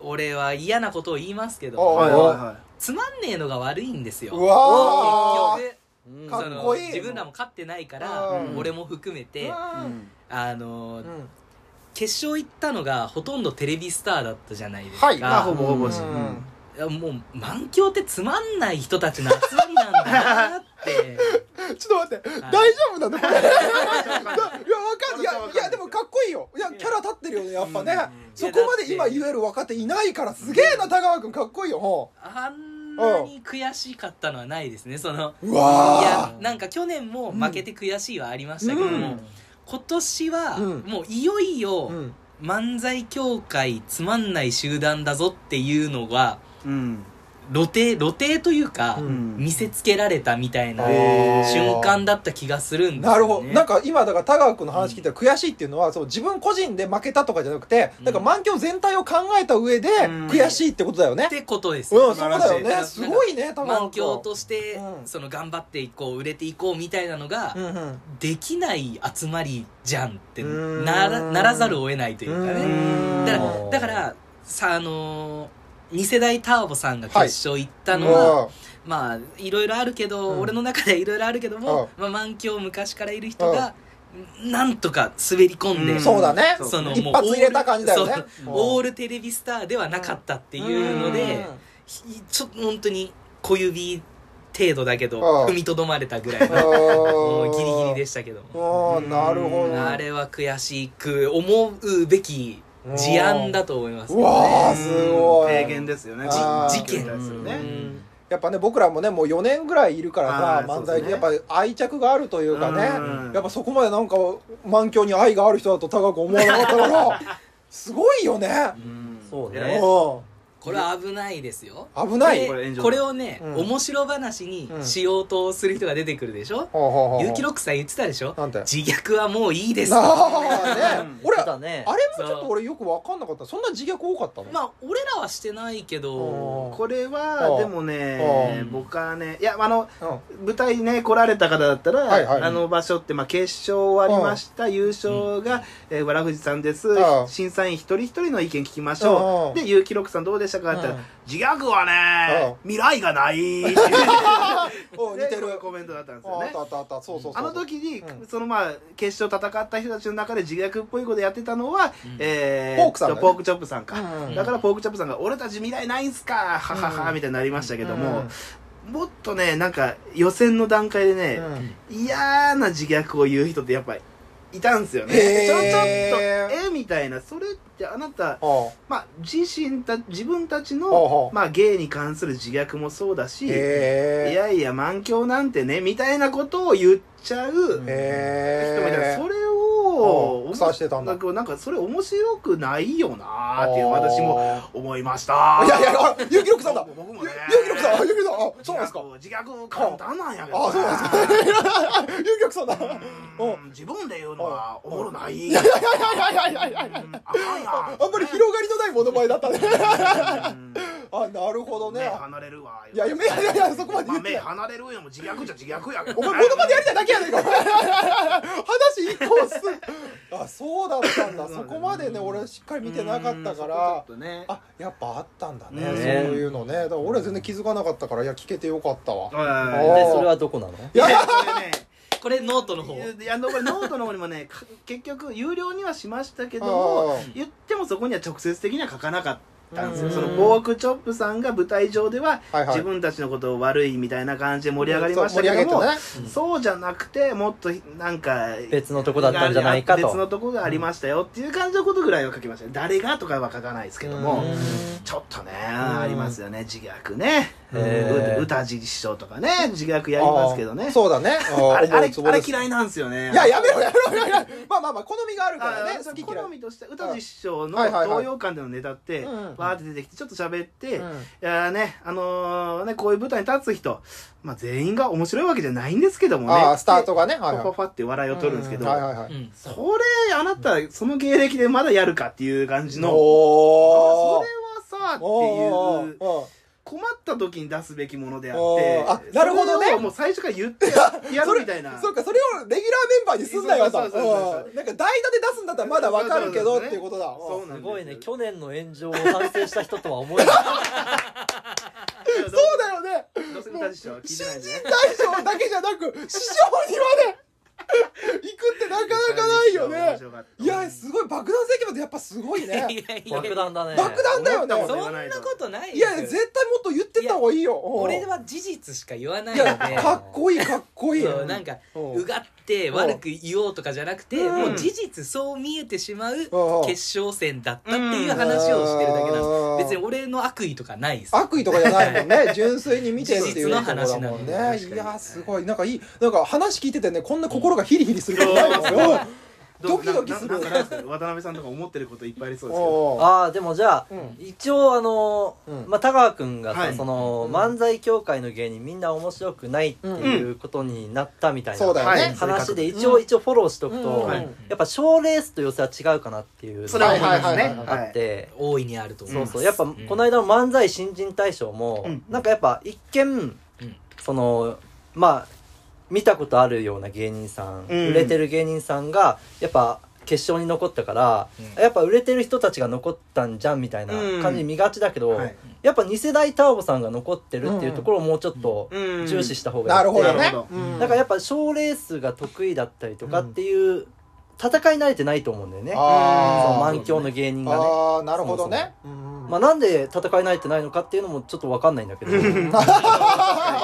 A: 俺は嫌なことを言いますけ
C: お
A: ど
B: はいはいは
A: つまんねえのが悪いんですよ
C: うわー
A: 結
D: う
A: 局
D: ん
C: か
A: そ
C: っ
A: の
C: こいい
A: 自分らも勝ってないか
C: う
A: ら
B: ん
A: 俺も含めて
B: い。
C: うん
A: あの
C: うん
A: 決勝行ったのがほとんどテレビスターだったじゃないです
C: はい
B: あ
C: ま
A: か
B: ほぼほぼし。
C: うん
B: うん
A: いやもう満響ってつまんない人たちの集まりなんだなって
C: ちょっと待って
A: はい
C: 大丈夫
A: (laughs)
C: なんだこれいやわかんいや
B: わかんない
C: いやでもかっこいいよいやキャラ立ってるよねやっぱね
A: ん
C: そこまで今言える若手いないからすげえな田川君かっこいいよほ
A: あんなに悔しかったのはないですねその
C: うう
A: い
C: わ
A: やなんか去年も負けて悔しいはありましたけど
C: う
A: も、
C: ん
A: 今年は
C: うん
A: もういよい
C: ー
A: よ
C: うん
A: 漫才協会つまんない集団だぞっていうのが
B: うん。
A: 露呈露呈というか、
C: う
A: 見せつけられたみたいな
C: へー
A: 瞬間だった気がするんですよ、ね、
C: なるほど、なん
A: か
C: か今だから田川君の話聞いたら悔しいっていうのはそう自分個人で負けたとかじゃなくて
A: うん
C: なんか満響全体を考えた上で
B: ん
C: 悔しいってことだよね
A: ってことです
C: うん
A: よ
C: そうだよ
B: 素晴
C: ねすごいね田川
A: 満
C: 君
A: 響として、
C: うん
A: その頑張っていこう売れていこうみたいなのが、
C: うんうん
A: できない集まりじゃんって
C: うーん
A: ならならざるを得ないというかね
B: うん
A: だか
D: う
A: ら
D: ん
A: だからさあのー二世代ターボさんが決勝行ったのは、まあいろいろあるけど、
C: うん
A: 俺の中ではいろいろあるけど
C: うん
A: も、まあ、満響昔からいる人が、なんとか滑り込んで、
B: うん
C: そうだね
A: その
C: 一
A: もう
C: 発入れた感じだよね
A: そう
C: うん
A: オールテレビスターではなかったっていうので、ひちょっと本当に小指程度だけど、
C: うん
A: 踏みとどまれたぐらいの、もうギリギリでしたけども。
C: ああなるほ
B: うん
C: ど
A: あれは悔しく思うべき事案だと思います
C: うわあすごい
B: 提言ですよね。
C: じ事
A: 件
B: ですよ
A: う
B: ね。
A: ん
C: やっぱね僕らもねもう4年ぐらいいるから
B: あ
C: さ
B: ー
C: 漫
B: そ
C: 才
B: う
C: に
B: で
C: やっ
B: すね
C: ぱ愛着があるというか
B: うん
C: ねやっぱそこまでなんか満響に愛がある人だと高く思わなかったからすごいよね
B: うん
D: そうね
B: 偉い
D: え
C: う
A: これは危ないですよ
C: ん危ない
A: で
B: これ炎上だ
A: これをね、
C: うん
A: 面白話にしようとする人が出てくるでしょ、
C: ほうほうほう
A: 結城ロックさん言ってたでしょ
C: なんて
A: 自虐はもういいです
C: なあ
B: う
C: ね
B: ん
C: 俺
D: そう
C: あ
D: だね
C: れもちょっと俺よく分かんなかったそんな自虐多かったの
A: まあ俺らはしてないけど
C: うん
B: これはでもね
A: う、ん
B: 僕はね、いやあの
C: うん
B: 舞台にね来られた方だったら、
C: はいはい
B: あの場所って、まあ、決勝終わりました、優勝が、えー、わらふじさんです、
C: うん
B: 審査員一人一人の意見聞きましょう、
C: うん
B: で有記録さんどうでしたかって言ったら、
C: うん
B: 自虐はね、未来がないっていう
C: お似てる
B: でコメントだったんです
C: あ
B: よ
C: あ
B: ね
C: ったあったあったそうそうそう
B: あの時に、
C: うん
B: そのまあ決勝戦った人たちの中で自虐っぽいことやってたのは、
A: うん
B: え
C: ポークさんだね
B: ポークチョップさんか、
C: うん
B: だからポークチョップさんが「俺たち未来ないんすか!」ははははみたいになりましたけども、もっとねなんか予選の段階でね、
C: うん
B: 嫌な自虐を言う人ってやっぱりいたんですよね
C: へー
B: ちょちょっとえみたいなそれってあなた、
C: あ
B: まあ、自身た自分たち
C: あは
B: の
C: あ、
B: まあ、芸に関する自虐もそうだし、い
C: へえ
B: やいや満響なんてねみたいなことを言っちゃう人もいたら
C: へ
B: そ
C: え
B: れ
C: う
B: を
C: ん腐してたんだ
B: なんかなんかそれ面白くないよなーっていう私も思いました
C: いやいやあゆきろくさんだ
B: 僕僕も
C: ゆ
B: ね
C: ゆきろくさんあゆきろくさんあそうなんですか
B: 自虐簡単なんやけど
C: あそうなんですか (laughs) ゆきろくさんだお
B: うん自分で言うのはおもろない。
C: いやいやいやいやいやいやいや
B: あかんやん
C: あんまり広がりのないものまねだったね
B: うん
C: あ (laughs) あなるほどね
B: 目離れるわ
C: いやいや目離れるいやそこまで言って
B: あ、目離れるよもう自虐じゃ自虐や
C: お前モノマネやりたいだけやね (laughs) んか話一個すあそうだっ
B: (laughs)
C: たんだそこまでね俺はしっかり見てなかった
B: うんそこ
C: から
B: ちょっとね
C: あやっぱあったんだね
B: ね
C: そういうのねだから俺は全然気づかなかったからいや聞けてよかったわ
B: はい
C: おー
B: で
D: でそれはどこなの
B: いやこれね
A: これノートの方
B: いやこれノートの方にもねか結局有料にはしましたけど
C: あ
B: も
C: ー
B: 言ってもそこには直接的には書かなかったんです
C: う
B: よ
C: ん
B: そのボークチョップさんが舞台上では
C: はいはい
B: 自分たちのことを悪いみたいな感じで盛り上がりましたけど
C: そう
B: も
C: 盛り上げてね
B: そうじゃなくてもっとなんか
D: 別のとこだったんじゃないかと
B: 別のとこがありましたよっていう感じのことぐらいは書きましたね誰がとかは書かないですけども
C: うん
B: ちょっとねありますよね自虐ね
D: へー
B: う歌じ師匠とかね自虐やりますけど
C: あー
B: ね
C: そうだねー
B: あれあ
C: 思う
B: れ
C: ツボ
B: あれ
C: です
B: 嫌いなんですよね
C: いややめろやめろやめろまあまあまあ好みがあるから
B: あ
C: ね
B: の
C: 好き嫌い
B: 好みとして歌地師匠の
C: はいはいはい
B: 東洋館でのネタって
C: うんうん
B: わーって出てきてちょっと喋って、
C: うん
B: いやーねあのーねこういう舞台に立つ人、まあ、全員が面白いわけじゃないんですけどもね
C: ああスタートがね
B: パ
C: はいはい
B: パパって笑いを取るんですけど、
C: はいはいはい
A: うん
B: それあなたその芸歴でまだやるかっていう感じの、
C: お
B: あ
C: ー
B: それはさって
C: お
B: い
C: ー
B: う
C: おー
B: 困った時に出すべきものであ
C: お
B: って
C: ーあなるほどね
B: それをもう最初から言ってやるみたいな
C: そうかそれをレギュラーメンバーにすんなよと
B: そうそうそうそう
C: うんなんか代打で出すんだったらまだわかるけ
B: そうそ
C: どっ
B: うそう
C: ていうことだ
B: そうなんですす
D: ごいね去年の炎上を反省した人とは思えな
B: そう
C: そうだよね
B: どうせ歌地師匠は聞いてないんでね
C: 大将だけじゃなく師匠にまで行くってなかなかないよ
B: 面
C: ね
B: 白かった
C: いやすごい爆弾石鹸ってやっぱすごいね
A: いやい
D: い
A: や
D: 爆弾だね
C: 爆弾だよね
B: 思った
A: そ
B: も
A: んなことない
C: いや
A: です
C: 絶対もっと言ってた方がいいようん
A: 俺は事実しか言わない
C: い
A: の
C: や
A: で
C: かっこいいかっこいい
A: そうなんか
C: うん
A: うがって悪く言おうとかじゃなくて
C: うん
A: もう事実そう見えてしまう
C: うん
A: 決勝戦だったっていう話をしてるだけなんです別に俺の悪意とかないです
C: 悪意とかじゃないもんね純粋に見てるってい
A: 事実
C: う
A: の話な
C: も
A: の
C: ん
A: で
C: ね
B: 確
C: い
B: かに
C: やすごいなんかいいなんか話聞いててねこんな心がヒリヒリすることないですよ
B: うん
C: ドキドキす
B: な
C: る
B: ななんかなんか渡辺さんとか思ってることいっぱいありそうですけど
C: おう
D: ああでもじゃあ、
C: うん
D: 一応あの
C: うん
D: まあ、田川君がさ、
B: はい
D: その、
C: うん
D: 漫才協会の芸人みんな面白くないっていうことになったみたいな、
C: そうだよね、
B: はい
D: 話で
B: うん
D: 一応一応フォローしとくと、
C: うん
B: はい
D: やっぱ賞レースと寄せは違うかなっていうの
A: それは思います
C: はいはいはい
A: ね
C: はい
D: あって、
A: 大いにあると思い
D: そ
A: ま
D: う
A: す
D: そうやっぱ
A: ん
D: この間の漫才新人大賞も、
B: うん
D: なんかやっぱ一見、そのまあ見たことあるような芸人さん、
B: うん
D: 売れてる芸人さんがやっぱ決勝に残ったから、
A: うん
D: やっぱ売れてる人たちが残ったんじゃんみたいな感じに見がちだけど、
B: はい
D: やっぱ二世代ターボさんが残ってるっていうところをもうちょっと
B: うん
D: 重視した方が
C: ないる
D: い
C: ほど
B: な
C: ね
B: るほど
C: うん
D: だからやっぱ賞レースが得意だったりとかっていう戦い慣れてないと思うんだよね、その
C: あー
D: 満響の芸人がね
C: あーなるほどねうんうん
D: まあ、なんで戦い慣れてないのかっていうのもちょっと分かんないんだけ
C: (laughs)
D: ど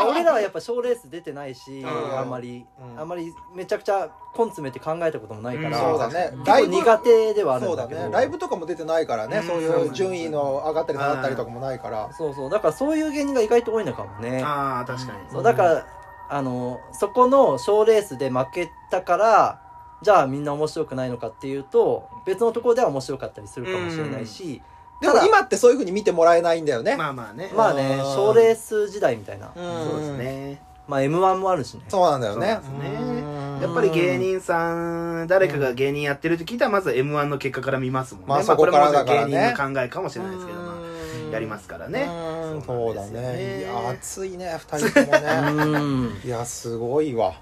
D: 俺らはやっぱ賞レース出てないし、
B: うん
D: あんまり、
C: うん
D: あんまりめちゃくちゃ根詰めて考えたこともないから、
B: うん
C: そうだね
D: 結
C: ライ
D: 構
C: ブ
D: 苦手ではある
C: そ
D: ん
C: うだ
D: だけど
C: ねライブとかも出てないからね、
B: うん
C: そういう順位の上がったり下がったりとかもないから、
D: そうそうだからそういう芸人が意外と多いのかもね
B: ああ確かに
D: そうだから、あのそこの賞レースで負けたからじゃあみんな面白くないのかっていうと別のところでは面白かったりするかもしれないし、
C: でも今ってそういうふうに見てもらえないんだよね、
B: まあまあね
D: まあね
C: うん
D: 賞レース時代みたいな、
C: うん
B: そうですね
D: まあ m 1もあるしね
C: そうなんだよね
B: そうですね
C: うん
B: やっぱり芸人さん誰かが芸人やってるって聞いたらまず m 1の結果から見ますもんね
C: まあそこからだか
B: これ
C: らね
B: も芸人の考えかもしれないですけどまあやりますからね
C: うんそ
B: そうう
C: だ
B: なんですよね
C: ねいや熱いね二人とも
D: (laughs) う
C: ね
D: ん
C: いやすごいわ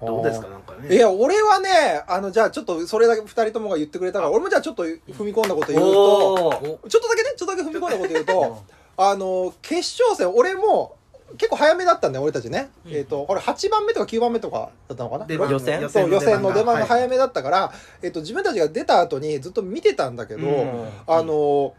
B: どうですかなんか
C: い
B: ね
C: や俺はねあのじゃあちょっとそれだけ二人ともが言ってくれたから俺もじゃあちょっと踏み込んだこと言うと
D: おー
A: お
C: ちょっとだけねちょっとだけ踏み込んだこと言うとあの決勝戦俺も結構早めだったんだよ俺たちね、
A: うん
C: えっ、と俺8番目とか9番目とかだったのかな
B: 出番
D: 予選
C: そう予選の出番が
B: い
C: 早めだったから、えっと、自分たちが出た後にずっと見てたんだけど、
B: うん
C: あの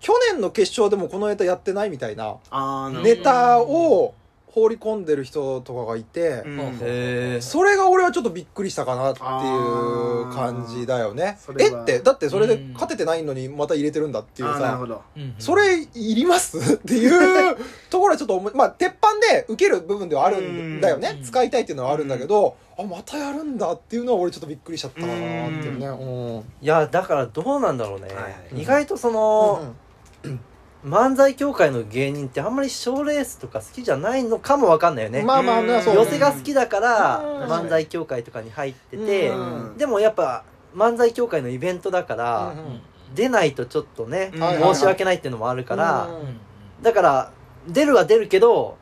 C: 去年の決勝でもこのネタやってないみたいな
B: ああな
C: ネ
B: る
C: タを放り込んでる人とかがいて、
B: ほどうん
D: へー
C: それが俺はちょっとびっくりしたかなっていう感じだよね
B: あーそれ
C: え
B: は
C: ってだってそれで勝ててないのにまた入れてるんだっていう
B: あーなる
C: さ
B: ほど
C: それいりますっていうところはちょっと思いまあ鉄板で受ける部分ではあるんだよね
A: うん
C: 使いたいっていうのはあるんだけどあまたやるんだっていうのは俺ちょっとびっくりしちゃったかなっていうねうん
D: いやだからどうなんだろうね、
B: はいはい
D: 意外とその、漫才協会の芸人ってあんまり賞レースとか好きじゃないのかもわかんないよね、
C: まあまあ
B: う
C: ね
B: ん
C: そう
D: 寄せが好きだから
C: うん
D: 漫才協会とかに入ってて、
C: うん
D: でもやっぱ漫才協会のイベントだから、
C: うん
D: 出ないとちょっとね、
B: うん
C: はいはいはい
D: 申し訳ないっていうのもあるから、
C: うん
D: だから出るは出るけど、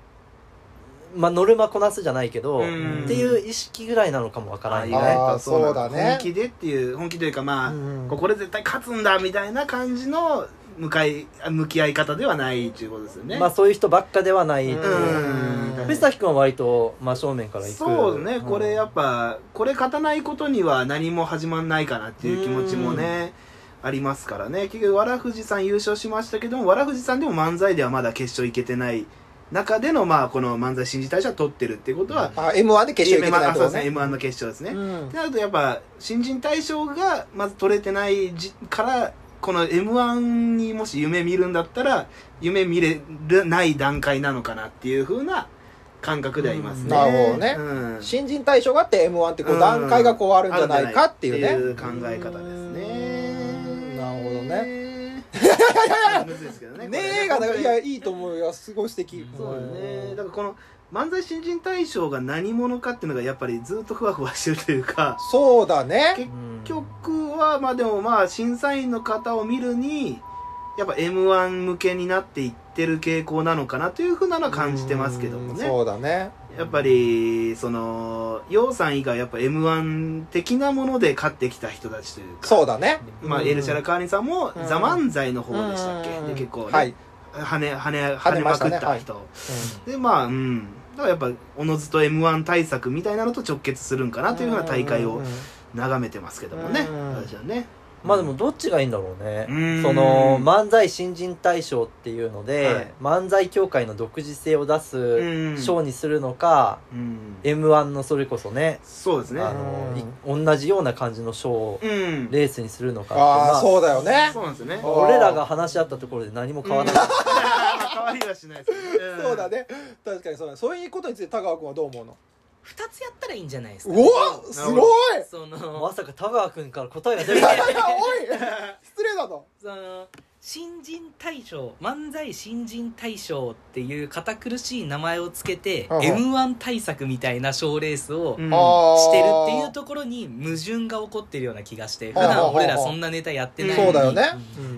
D: まあ、ノルマこなすじゃないけど、
A: うん
D: っていう意識ぐらいなのかもわから
B: あー
D: ない
B: 意
D: ね。
B: 外
C: あー
B: とそうなん
C: そうだね
B: 本気でっていう本気というかまあ、
C: うん
B: これ絶対勝つんだみたいな感じの向かいあ向き合い方ではないっていうことですよね。
D: まあそういう人ばっかではないっていうう。
B: ん
D: 藤崎君は割と真正面から行く。
B: そうね、
D: ん
B: これやっぱこれ勝たないことには何も始まんないかなっていう気持ちもね、ありますからね結局わらふじさん優勝しましたけどもわらふじさんでも漫才ではまだ決勝行けてない中でのまあこの漫才新時代者取ってるってことは、
C: あ M1 で決勝行けてない
B: あ
C: と
B: そう
C: こ
B: ですね
C: ね
B: m 1の決勝ですね、
C: うん
B: であとやっぱ新人大賞がまず取れてないじからこの m 1にもし夢見るんだったら夢見れるない段階なのかなっていう風な感覚でありますね、
C: なるほどね
B: うん
C: 新人大賞があって m 1ってこ
B: う
C: うん段階がこうあるんじゃないかっていう
B: あ
C: ね
B: るんじゃないかっていう考え方ですね
C: なるほ
B: (laughs)
C: ど
B: ねむずいですけどね
C: ねえがだからいやいいと思うよすごい素敵
B: そうだねだからこの漫才新人大賞が何者かっていうのがやっぱりずっとふわふわしてるというか
C: そうだね
B: 結曲はまあでもまあ審査員の方を見るにやっぱ m 1向けになっていってる傾向なのかなというふうなのは感じてますけども
C: うん
B: ね
C: そうだね
B: やっぱりその楊さん以外やっぱ m 1的なもので勝ってきた人たちというか
C: そうだね
B: まあ、
C: うん
B: エルシャラカーニさんも
C: う
B: 「
C: ん
B: ザ・漫才」の方でしたっけ、
C: うん
B: で結構、ね
C: はい
B: 跳ね跳ね
C: 跳
B: 跳
C: ね
B: ね
C: ま
B: ま
C: した
B: く
C: ね
B: った人、でまあうんだからやっぱおのずと m 1対策みたいなのと直結するんかなというような大会を眺めてますけどもね、
C: うん
B: 私はね
D: まあでもどっちがいいんだろうね。
B: うん
D: その漫才新人大賞っていうので、漫才協会の独自性を出
B: う
D: す
B: ん
D: 賞にするのか、
B: うん、
D: m 1のそれこそね、
B: そうですね
D: あのい同じような感じの賞を
B: うん
D: レースにするのかって
C: あ
D: ま
C: あ
D: あ
C: そうだよね
B: そうなんですよね
C: あ
D: 俺らが話し合ったところで何も変わらない、
B: (laughs) 変わりはしないですね、ん
C: そうだね確かにそうだねそういうことについて田川君はどう思うの
A: 二つやったらいいんじゃないですか
C: うおすごい
A: そ
D: (laughs) ま
A: の
D: さか田川君から答えが
B: (laughs)
D: 出る
C: いやおい失礼だぞ
A: その新人大賞漫才新人大賞っていう堅苦しい名前をつけて
C: うんうん
A: m 1対策みたいな賞レースを
B: うん
A: してる
C: あ
A: っていうところに矛盾が起こってるような気がして普段俺らそんなネタやってないのに
C: そうだよね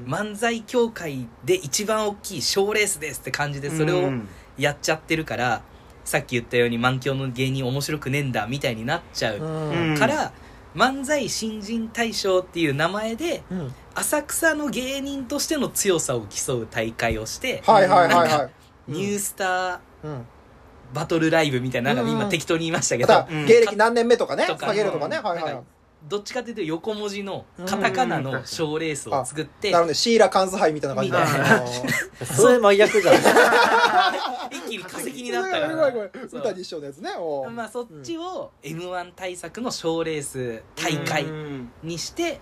A: 漫才協会で一番大きい賞レースですって感じでそれ
B: う
A: を
B: ん
A: やっちゃってるからさっき言ったように満響の芸人面白くねえんだみたいになっちゃ
C: う
A: うんから漫才新人大賞っていう名前で
C: うん
A: 浅草の芸人としての強さを競う大会をして
C: はいはいはいはうん
A: ニュースター
C: いうん
A: バトルライブみたいななんか
C: う
A: 今
C: ん
A: 適当に言いましたけ
C: ま
A: ど
C: た
B: うん
C: 芸歴何年目とかね
A: とか
C: 下げるとかね
A: うん
C: はいはい
A: な
C: は
A: んどっちかというと横文字のカタカナの賞レースを作っ
C: い
A: て
C: なるほどねシーラカンス杯みたいな感じだね
A: みたい
B: な
C: あ
D: それ真逆じゃん
A: 一気に化
C: ー
A: 石になったか
C: すご
A: ら
C: いすごいすごい歌に一緒のやつねおー
A: まあそっちを m 1対策の賞レース大会
B: うん
A: にして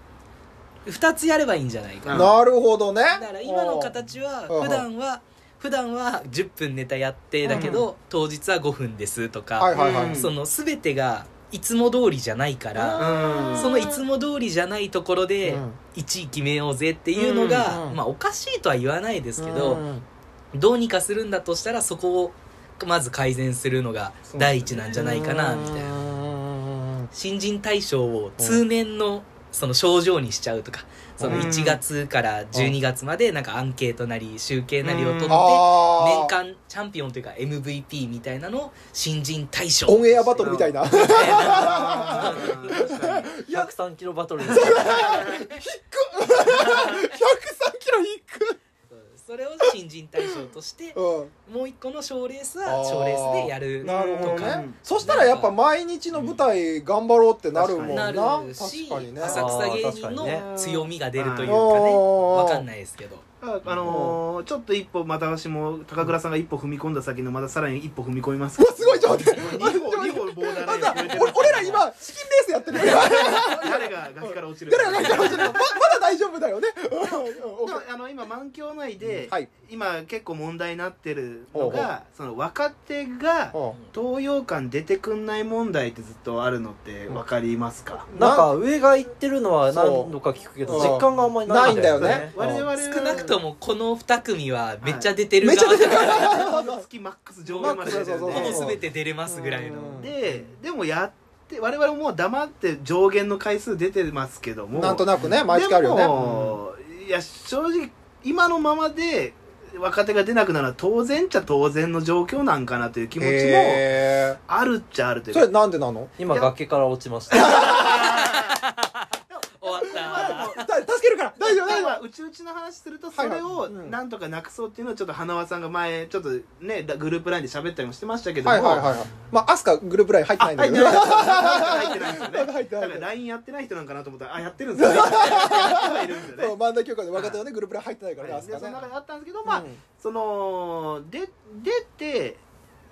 A: 2つやればいいんじゃないかな
C: なるほどね
A: だから今の形は
C: うん
A: 普段は普段は10分ネタやってだけど当日は5分ですと
C: おーは
A: か
C: いはいはい
B: うん
A: その全てがいつも通りじゃないから
B: うん
A: そのいつも通りじゃないところで
C: うん
A: 1位決めようぜっていうのが
C: うん
A: まあおかしいとは言わないですけ
C: う
A: ど
C: ん
A: どうにかするんだとしたらそこをまず改善するのが第一なんじゃないかなみたいな。
C: な
A: 新人大賞を通年のその症状にしちゃうとかその
B: うん
A: 1月から12月までなんかアンケートなり集計なりを取って
C: あー
A: 年間チャンピオンというか MVP みたいなのを新人大賞
C: オンエアバトルみたいな (laughs)
B: あ (laughs) ー確かに
D: 103キロバ
B: (laughs)
D: トルで
C: 103キロいく
A: それを新人大賞として
C: う
A: もう一個の賞レースは賞レースでやる
C: んなるほど
B: う
C: ね
B: ん
C: そしたらやっぱ毎日の舞台頑張ろうってなるもんな
A: な
C: 確か
A: るし
C: にね
A: 浅草芸人
D: あー確かに
A: の
C: ね
A: 強みが出るというかね
C: わ
A: わかんないですけど
B: ああのー、ちょっと一歩また私も高倉さんが一歩踏み込んだ先のまたさらに一歩踏み込みますうわ
C: すごいちょっと待って
B: 二歩二歩ボーダーライン超えてる
C: 俺俺ら今チキンレースやってるよ
B: 誰が崖から落ちる
C: 誰が書いてるか知らないままだ大丈夫だよねうん
B: でもあの今満響内で、
C: はい
B: 今結構問題になってる
C: お
B: の
C: うおう
B: がその若手が
C: うん
B: 東洋館出てくんない問題ってずっとあるのって分かりますか、
D: なんか上が行ってるのは
C: そう
D: 何度か聞くけ
C: う
D: ど
C: ん
D: 実感があんまりないんだよ
C: ないんだよね
D: ね
B: 我々
A: 少なくともこの2組はめっちゃ出てる
C: めちゃ
A: 側
C: めちゃ
B: 月マックス上限まで出てる
C: マックスそうそ
A: ほ
C: うそう
B: ね
A: ぼ全て出れますぐらいの
B: ででもやって我々も黙って上限の回数出てますけども
C: なんとなくね毎月あるよ
B: で
C: ね
B: もいや正直今のままで若手が出なくなるのは当然っちゃ当然の状況なんかなという気持ちも
C: へ
B: あるっちゃあると
C: ー
B: いう
C: そ
B: か
C: れなんでなの
D: 今崖から落ちました
A: 終わった
C: た助けるから大丈夫大
B: 例え
C: 丈
B: ばうちうちの話するとそれ
C: は
B: を
C: いはいうん
B: なんとかなくそうっていうのをちょっと花輪さんが前ちょっとねグループラインで喋ったりもしてましたけ
C: 夫
B: ども
C: はいはいはいはいまあアスカグループライン入って
B: あ
C: な
B: 入っ
C: いんだ
B: て
C: け
B: な
C: ど
B: い
C: ね
B: 入ってないですよねだ
C: 入ってない
B: から LINE やってない人なんかなと思ったらあやってるんですよねいるんです
C: そ
B: よ
C: う
B: ね
C: 漫才協会で若手はねグループライン入ってないからね
B: は
C: ア
B: い
C: ス
B: で
C: カ
B: その
C: ね
B: 中であったんですけどまあ
C: うん
B: そので出て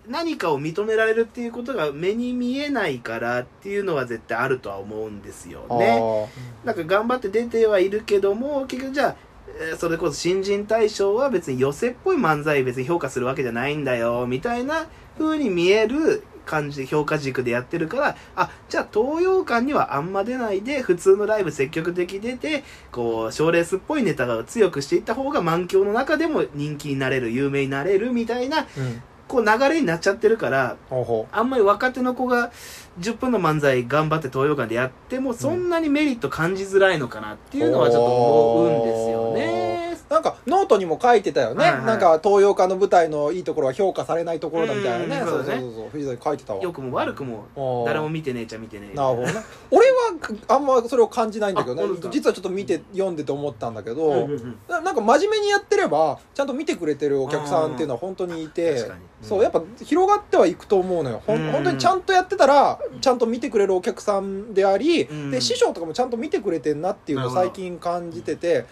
B: 何かを認められるっていうことが目に見えないからっていうのは絶対あるとは思うんですよねなんか頑張って出てはいるけども結局じゃあえーそれこそ新人大賞は別に寄せっぽい漫才別に評価するわけじゃないんだよみたいな風に見える感じで評価軸でやってるからあじゃあ東洋館にはあんま出ないで普通のライブ積極的に出てこう賞レースっぽいネタが強くしていった方が満響の中でも人気になれる有名になれるみたいな
C: あーうん
B: こう流れになっちゃってるから
C: ほうほ
B: あんまり若手の子が10分の漫才頑張って東洋館でやってもそんなにメリット感じづらいのかなっていうのはちょっと思うんですよね。
C: うなんかノートにも書いてたよね、
B: はいはい
C: なんか東洋館の舞台のいいところは評価されないところだみたいなね、
B: うん
C: そ
B: そうう
C: そ
B: だ
C: う
B: ね
C: そうそう藤谷書いてたわ
B: 良くも悪くも
C: あー
B: 誰も見てねえちゃ見てねえ。
C: なるほどね俺はあんまそれを感じないんだけ
B: あ
C: ど
B: 本当
C: ね
B: ですか
C: 実はちょっと見て読んでて思ったんだけど、
B: うんうんうん
C: ななんか真面目にやってればちゃんと見てくれてるお客さんっていうのは本当にいて、
B: 確かに
C: そうやっぱ広がってはいくと思うのよほん
B: うん
C: 本当にちゃんとやってたらちゃんと見てくれるお客さんであり、
B: うん
C: で師匠とかもちゃんと見てくれてんなっていうのを最近感じてて。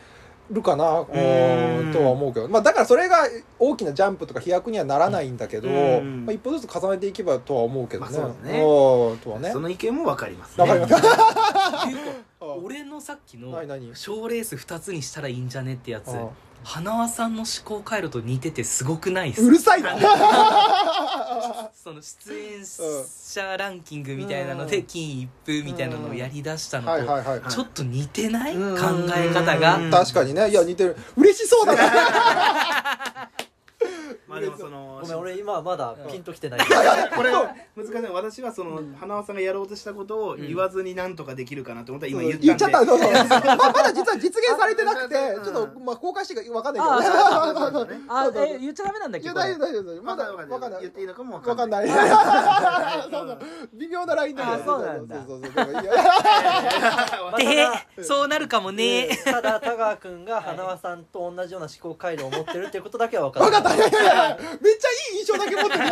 C: るかなうーんとは思うけど、まあ、だからそれが大きなジャンプとか飛躍にはならないんだけど、
B: うん
C: まあ、一歩ずつ重ねていけばとは思うけどね。
B: まあそうだね
C: うんとはね
B: その意見も分かります
C: わかります (laughs)
A: っていうか俺のさっきの
C: 何何
A: 賞レース2つにしたらいいんじゃねってやつ
C: あ
A: 花輪さんの思考回路と似ててすごくないっす
C: うるさいな
A: その出演者ランキングみたいなの
C: う
A: で
C: ん
A: 金一封みたいなのをやりだしたの
C: はい
A: と
C: はいはい
A: ちょっと似てない考
C: うん
A: え方が
B: うん
C: 確かにねいや似てる嬉しそうだな
B: まあでもその
D: (laughs) ごめん俺今まだピンときてない
B: これは難しい私はその花輪さんがやろうとしたことを
A: ん
B: 言わずになんとかできるかなと思ったら今
C: そう
B: 言
C: 言
B: っ
C: っちゃったた
B: んで
C: (laughs) そうそうまあまだ実は実現されてなくて
B: うん
C: ちょっとまあ公開して分かんな
D: あ
C: いけ
B: そうそう
C: ど
B: そう
C: ね
B: そう
D: あ
C: そうそうそう
D: え言っちゃダメなんだっ
C: い
D: け
C: や
D: ど
C: 大丈夫大丈夫大丈夫
B: ま
C: まだ
B: だ
C: 分かんない
B: 言っていいのかも
C: 分
B: 分
C: か
B: か
C: ん
B: ん
C: な
B: ないい (laughs)
C: そうそう微妙なラインだよね
D: あそうなんだ
C: そうそうそうそういや
A: でへそうなるかもね
D: ただ田川君が花輪さんと同じような思考回路を持ってるっていうことだけは分かっ
C: 分か
D: た
C: ったいやいやいやめっちゃいい印象だけ持ってる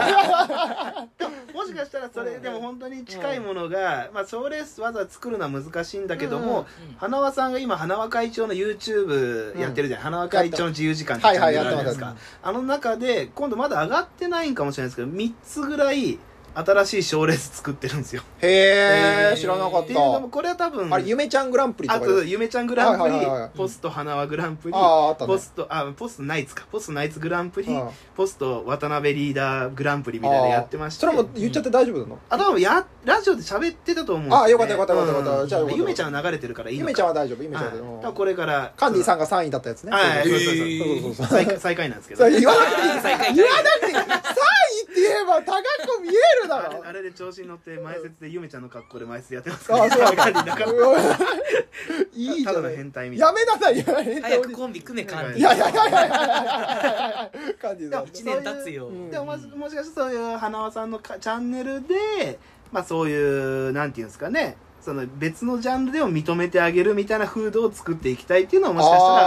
B: もしかしたらそれでも本当に近いものが、まあ、賞レースわざわざ作るのは難しいんだけども、
A: うん
B: 花輪さんが今花輪会長の YouTube やってるじゃん、花輪会長の自由時間
C: はい
B: チ
C: は
B: ャンネ
C: いや
B: ル
C: っ
B: ある
C: て
B: じゃない
C: ま
B: ですすか
C: やって
B: あの中で今度まだ上がってないんかもしれないですけど3つぐらい新しい賞レース作ってるんですよ。
C: ますへえ知らなかっ
B: っていうのも
C: た
B: これは多分
C: あれゆめちゃんグランプリと
B: あ
C: かいう
B: とゆめちゃんグランプリ、
C: はいはいはいはい
B: ポスト花輪グランプリ
C: あああったね
B: ポストあポストナイツかポストナイツグランプリ
C: うん
B: ポスト渡辺リーダーグランプリみたいなのやってまして
C: それはもう言っちゃって大丈夫なの
B: あ、多分や、ラジオで喋ってたと思うんです
C: あよかったよかったよかったよかったじゃあよかった
B: ゆめちゃんは流れてるからいい
C: ゆ
B: のか。
C: めちゃんは大丈夫ゆめちゃんは
B: は
C: 大
B: い
C: 丈夫
B: 多分これから。
C: カンディさ
B: ん。
C: んが3位だったやつね。
B: はい、
C: そ
B: そう
C: うそ
B: そうう
C: そう
A: へー
C: そうそうそう。
B: 最下最下位なんですけど
C: そ
B: ね。
C: れ言わなくていい
A: 最下位
C: 言わなくていい !3 位って言えば高く見えるだ
B: あれ
C: ろ
B: あれで調子に乗って前説でゆめちゃんの格好で前説やってます
C: あ、そうなん
B: カンディなかった
C: だ。いいじ
B: た
C: ゃ
B: だ
C: な
B: の
C: い
B: 変態みた
C: や
B: いな
C: めなさい、やめなさい
A: 早。くコンビ組めかん
B: はい
C: いやいやいやいやいやいや感じだ。
A: 1年経つよ
C: うん
B: でももしもしかしたらそういう花輪さんのかチャンネルでまあそういうなんていうんですかねその別のジャンルでも認めてあげるみたいな風土を作っていきたいっていうのももしかしたら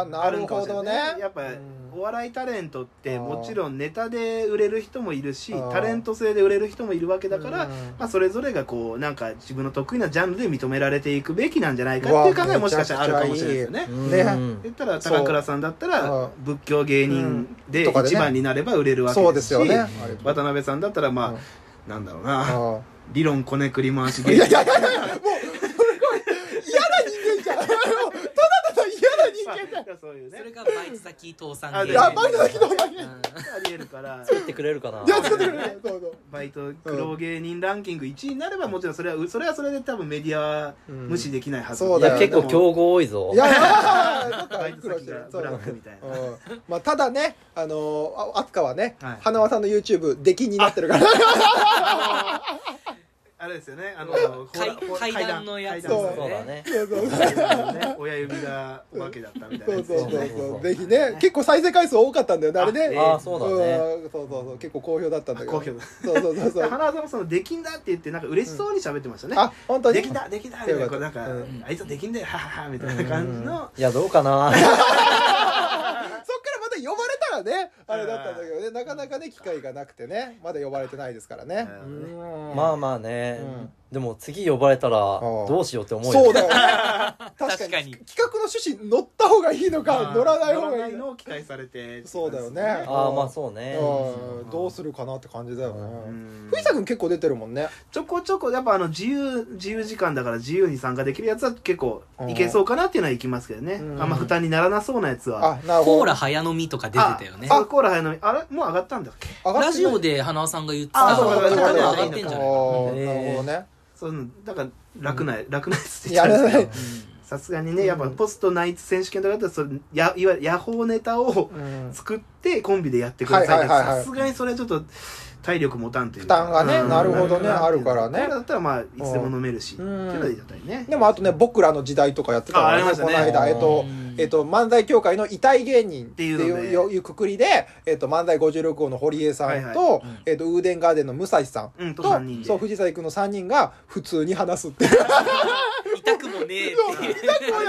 C: あーな
B: ある
C: る
B: んか
C: ほ
B: もしれ
C: どね
B: ない。やっぱ、
C: うん
B: お笑いタレントってもちろんネタで売れる人もいるし
C: あー
B: タレント性で売れる人もいるわけだから、
C: うん
B: まあ、それぞれがこうなんか自分の得意なジャンルで認められていくべきなんじゃないかっていう考えももしかしたらあるかもしれないですよね。
C: ね。
B: 言ったら高倉さんだったら
C: そう
B: 仏教芸人で
C: とかでね
B: 一番になれば売れるわけ
C: そう
B: で
C: です
B: し
C: すよね。あれ
B: 渡辺さんだったらまあ、
C: うん
B: なんだろうな
C: あ
B: 理論こねくり回し
C: ー
B: 芸
C: いやい
B: 人
C: やいやいや、もう、すごい嫌な人間じゃん。もうただただ嫌な人間じゃん。
B: そう (laughs) いう
A: そ
B: ね
A: れがバイト先倒産
B: あ
A: 芸
C: やばい
A: 人
C: だけど、やばいだけど
A: うん
B: ありえるから
D: 作ってくれるかない
C: や、作ってくれる。そうそう。
B: バイト苦労芸人ランキング1位になればもちろんそれはそれはそれで多分メディアは無視できないはず、
C: うんそう
D: い
C: だ
D: や
C: よ
D: 結構
B: 日
D: 競合多いぞ
C: いや、なんか
B: バイ
C: 苦
B: ト
C: 労
B: 先
C: して
B: が
C: る。
B: ブラックみたいな
C: うんまあ、ただね、あのー、ああつかはね、
B: はい
C: 花輪さんの YouTube 出禁になってるから、
B: あれですよねあのほら
A: 階
B: ほら
A: 階段のやつ
B: 階段
D: そうだね
C: そうそう
B: 階段ですよね親指がたわけだったみたいな
C: そう
B: やつ
C: そうそう
D: そうそう
C: そ
D: そうう
C: ぜひね結構再生回数多かったんだよねあれ
B: あえ
C: ね
B: え
D: ああそうだね
C: うんそうそうそう結構好評だったんだけど
B: 好評だ
C: そうそうそうそ
B: 花
C: う
B: 輪さんもその「できんだ」って言ってなんか嬉しそうに喋ってましたね、
C: あ本当に
B: できたできたみたいなこうなんか、
C: うん
B: あいつはできんだよはははみたいな感じの、
D: いやどうかな
C: そっからまた呼ばれたらねあれだったんだけどねなかなかね機会がなくてねまだ呼ばれてないですからね
B: う
D: ま
C: ま
D: あまあね、
C: うん
D: でも次呼ばれたら
C: あ
D: どうしようって思うよね
C: そうだよね確
A: 確
C: か
A: か
C: に
A: に
C: 企画の趣旨に乗った方がいいのか乗らない方
B: 乗
C: が
B: ら
C: いいの
B: のを期待されて
C: そうだよね
D: ああまあそうね
C: うんどうするかなって感じだよ
B: う
C: ね
B: ん
C: 藤田君結構出てるもんね
B: ちょこちょこやっぱあの自由自由時間だから自由に参加できるやつは結構いけそうかなっていうのはいきますけどね、
C: うん
B: あんま負担にならなそうなやつは
C: あなる
A: コー
C: ほ
A: ラ
C: ど
A: 早飲みとか出てたよね
B: ああコーラ早飲みあれもう上がったんだっけ
C: 上がってない
A: ラジオで花輪さんが言って
B: あ
A: た
B: そう
A: の
B: か
A: が
B: そうか
A: 上が
B: そう
A: っ
B: か
A: てんじゃないかな
C: あー
D: えー
C: なるほどね
B: そういうのだから楽な、楽なやつって
C: い
B: 言っち
C: や
B: ゃう
C: ね
B: さすがにねやっぱポストナイツ選手権とかだったらそれやいわゆるヤホーネタを
C: うん
B: 作ってコンビでやってくださいって
C: はいはいはいは
B: さ
C: い
B: すがにそれはちょっと体力持たんという
C: 負担がねなるほどねあるからね
B: コーラだったらまあいつでも飲めるしって
C: う
B: いうんのがいいだったりね
C: でもあとね僕らの時代とかやってたか
B: ああ
C: ら
B: りました
C: こ
B: ね
C: の間えっと
A: うん
C: えっと、漫才協会の遺体芸人ってい
B: っていうの
C: う
B: で
C: よいうくくりで、えっと、漫才56号の堀江さんと、
A: いはい
C: えっと、ウーデンガーデンの武蔵さん
B: うんと
C: と、
B: 3人で
C: そう、藤崎君の3人が普通に話すっていう。
A: 痛くもねえ (laughs) っていう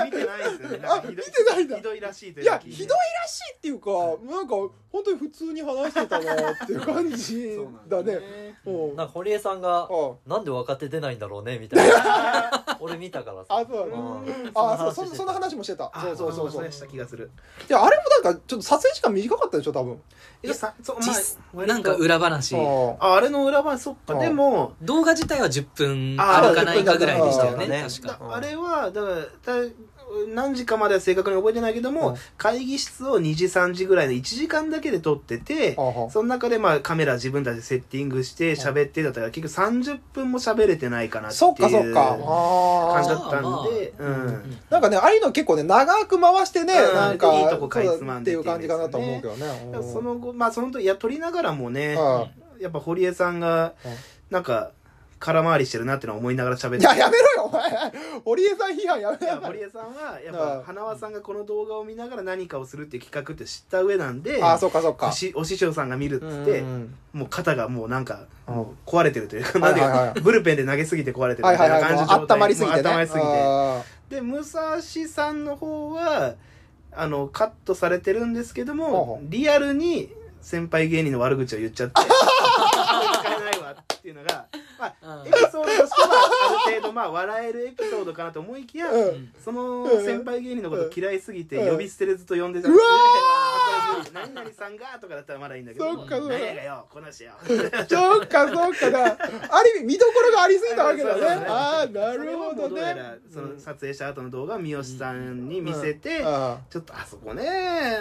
B: あ見てないですよねなんかひどい
C: あ見てないんだ
B: ひどいらしいとい
C: い
B: の
C: うや
B: は、聞
C: ひ
B: いて
C: どいらしいっていうか、なんか、本当に普通に話してたなっていう感じ
B: そうなん
C: だ
B: だ
C: ね。
B: ね
C: うん
D: なんか堀江さんが
C: あ
D: 「なんで若手出ないんだろうね」みたいな
C: (laughs)
D: 俺見たからさ
C: あ、そうだね。
D: うん
C: あ、そう、
D: そ
C: そ
D: ん
C: ん
D: な話してた
C: そんな話もしてた。そうそうそうそ。
B: そうれ
C: い
B: した気がする
C: や、あれもなんか、ちょっと撮影時間短かったでしょ、多分。
B: いやさそうまあ
A: 実
B: 割と
A: なんか裏話
C: あ
B: ああれの裏版そっ
C: う
B: か
C: ん
B: でも
A: 動画自体は10分
B: あ
A: あ
B: ー
A: るかないかぐらいでしたよね
D: 10分だった
A: 確
B: だ
A: か
B: あれはだからた何時かまでは正確に覚えてないけど
C: うん
B: も会議室を2時3時ぐらいの1時間だけで撮ってて
C: あは
B: その中でまあカメラ自分たちでセッティングして喋ってだったから結局30分も喋れてないかなって
C: そっかそ
B: い
C: っ
B: う
C: か。
B: 感
C: あ
B: じ
C: あ
B: だ。ったんでうん
C: なんかね、ああいうの結構ね、長く回してね、
B: うん
C: なんか、
B: いいとこかいつまんで
C: そうだっていう感じかなと思うけど
B: だから
C: ね。
B: その後まあその時いや撮りながらもね
C: あ
B: やっぱ堀江さんが
C: うん
B: なんか空回りしてるなってのは思いながら喋っ
C: い
B: て
C: や、やめろよ、お前。堀江さん批判やめ
B: い
C: な
B: や
C: さい。
B: 堀江さんはやっ
C: うん
B: ぱ花輪さんがこの動画を見ながら何かをするっていう企画って知った上なんで
C: ああ、そっかそっ
B: お
C: か。
B: しお師匠さんが見るっつって
C: うん
B: もう肩がもうなんか
C: うん
B: もう壊れてるというか
C: は
B: ないんていう
C: はいは
B: か
C: い
B: ブルペンで投げすぎて壊れてる
C: は
B: み
C: いは
B: た
C: い
B: い
C: はい。
B: な
C: も
B: 感
C: う
B: じ
C: 温まりすぎてね。
B: もう温まりすぎて
C: あ
B: で武蔵さんの方はあのカットされてるんですけど
C: ほうほ
B: も
C: う
B: リアルに先輩芸人の悪口を言っちゃって
C: (laughs)
B: 使えないわっていうのが、まあ、
A: うん
B: エピソードとしてはある程度まあ笑えるエピソードかなと思いきや、
C: ーう
A: うんん
B: その先輩芸人のこと嫌いすぎて
C: うん
B: 呼び捨てでずっと呼んでた
C: うわ
B: ー何々さんがとかだったらまだいいんだけど
C: そっかそっか
B: 何々がよこの人よ
C: そっかそっかだ。ある意味、見どころがありすぎたわけだね。
B: そうそうそう
C: ああ、なるほど
B: それをもううやら
C: ね。
B: その撮影した後の動画を三好さんに見せて、
C: あ
B: ちょっとあそこね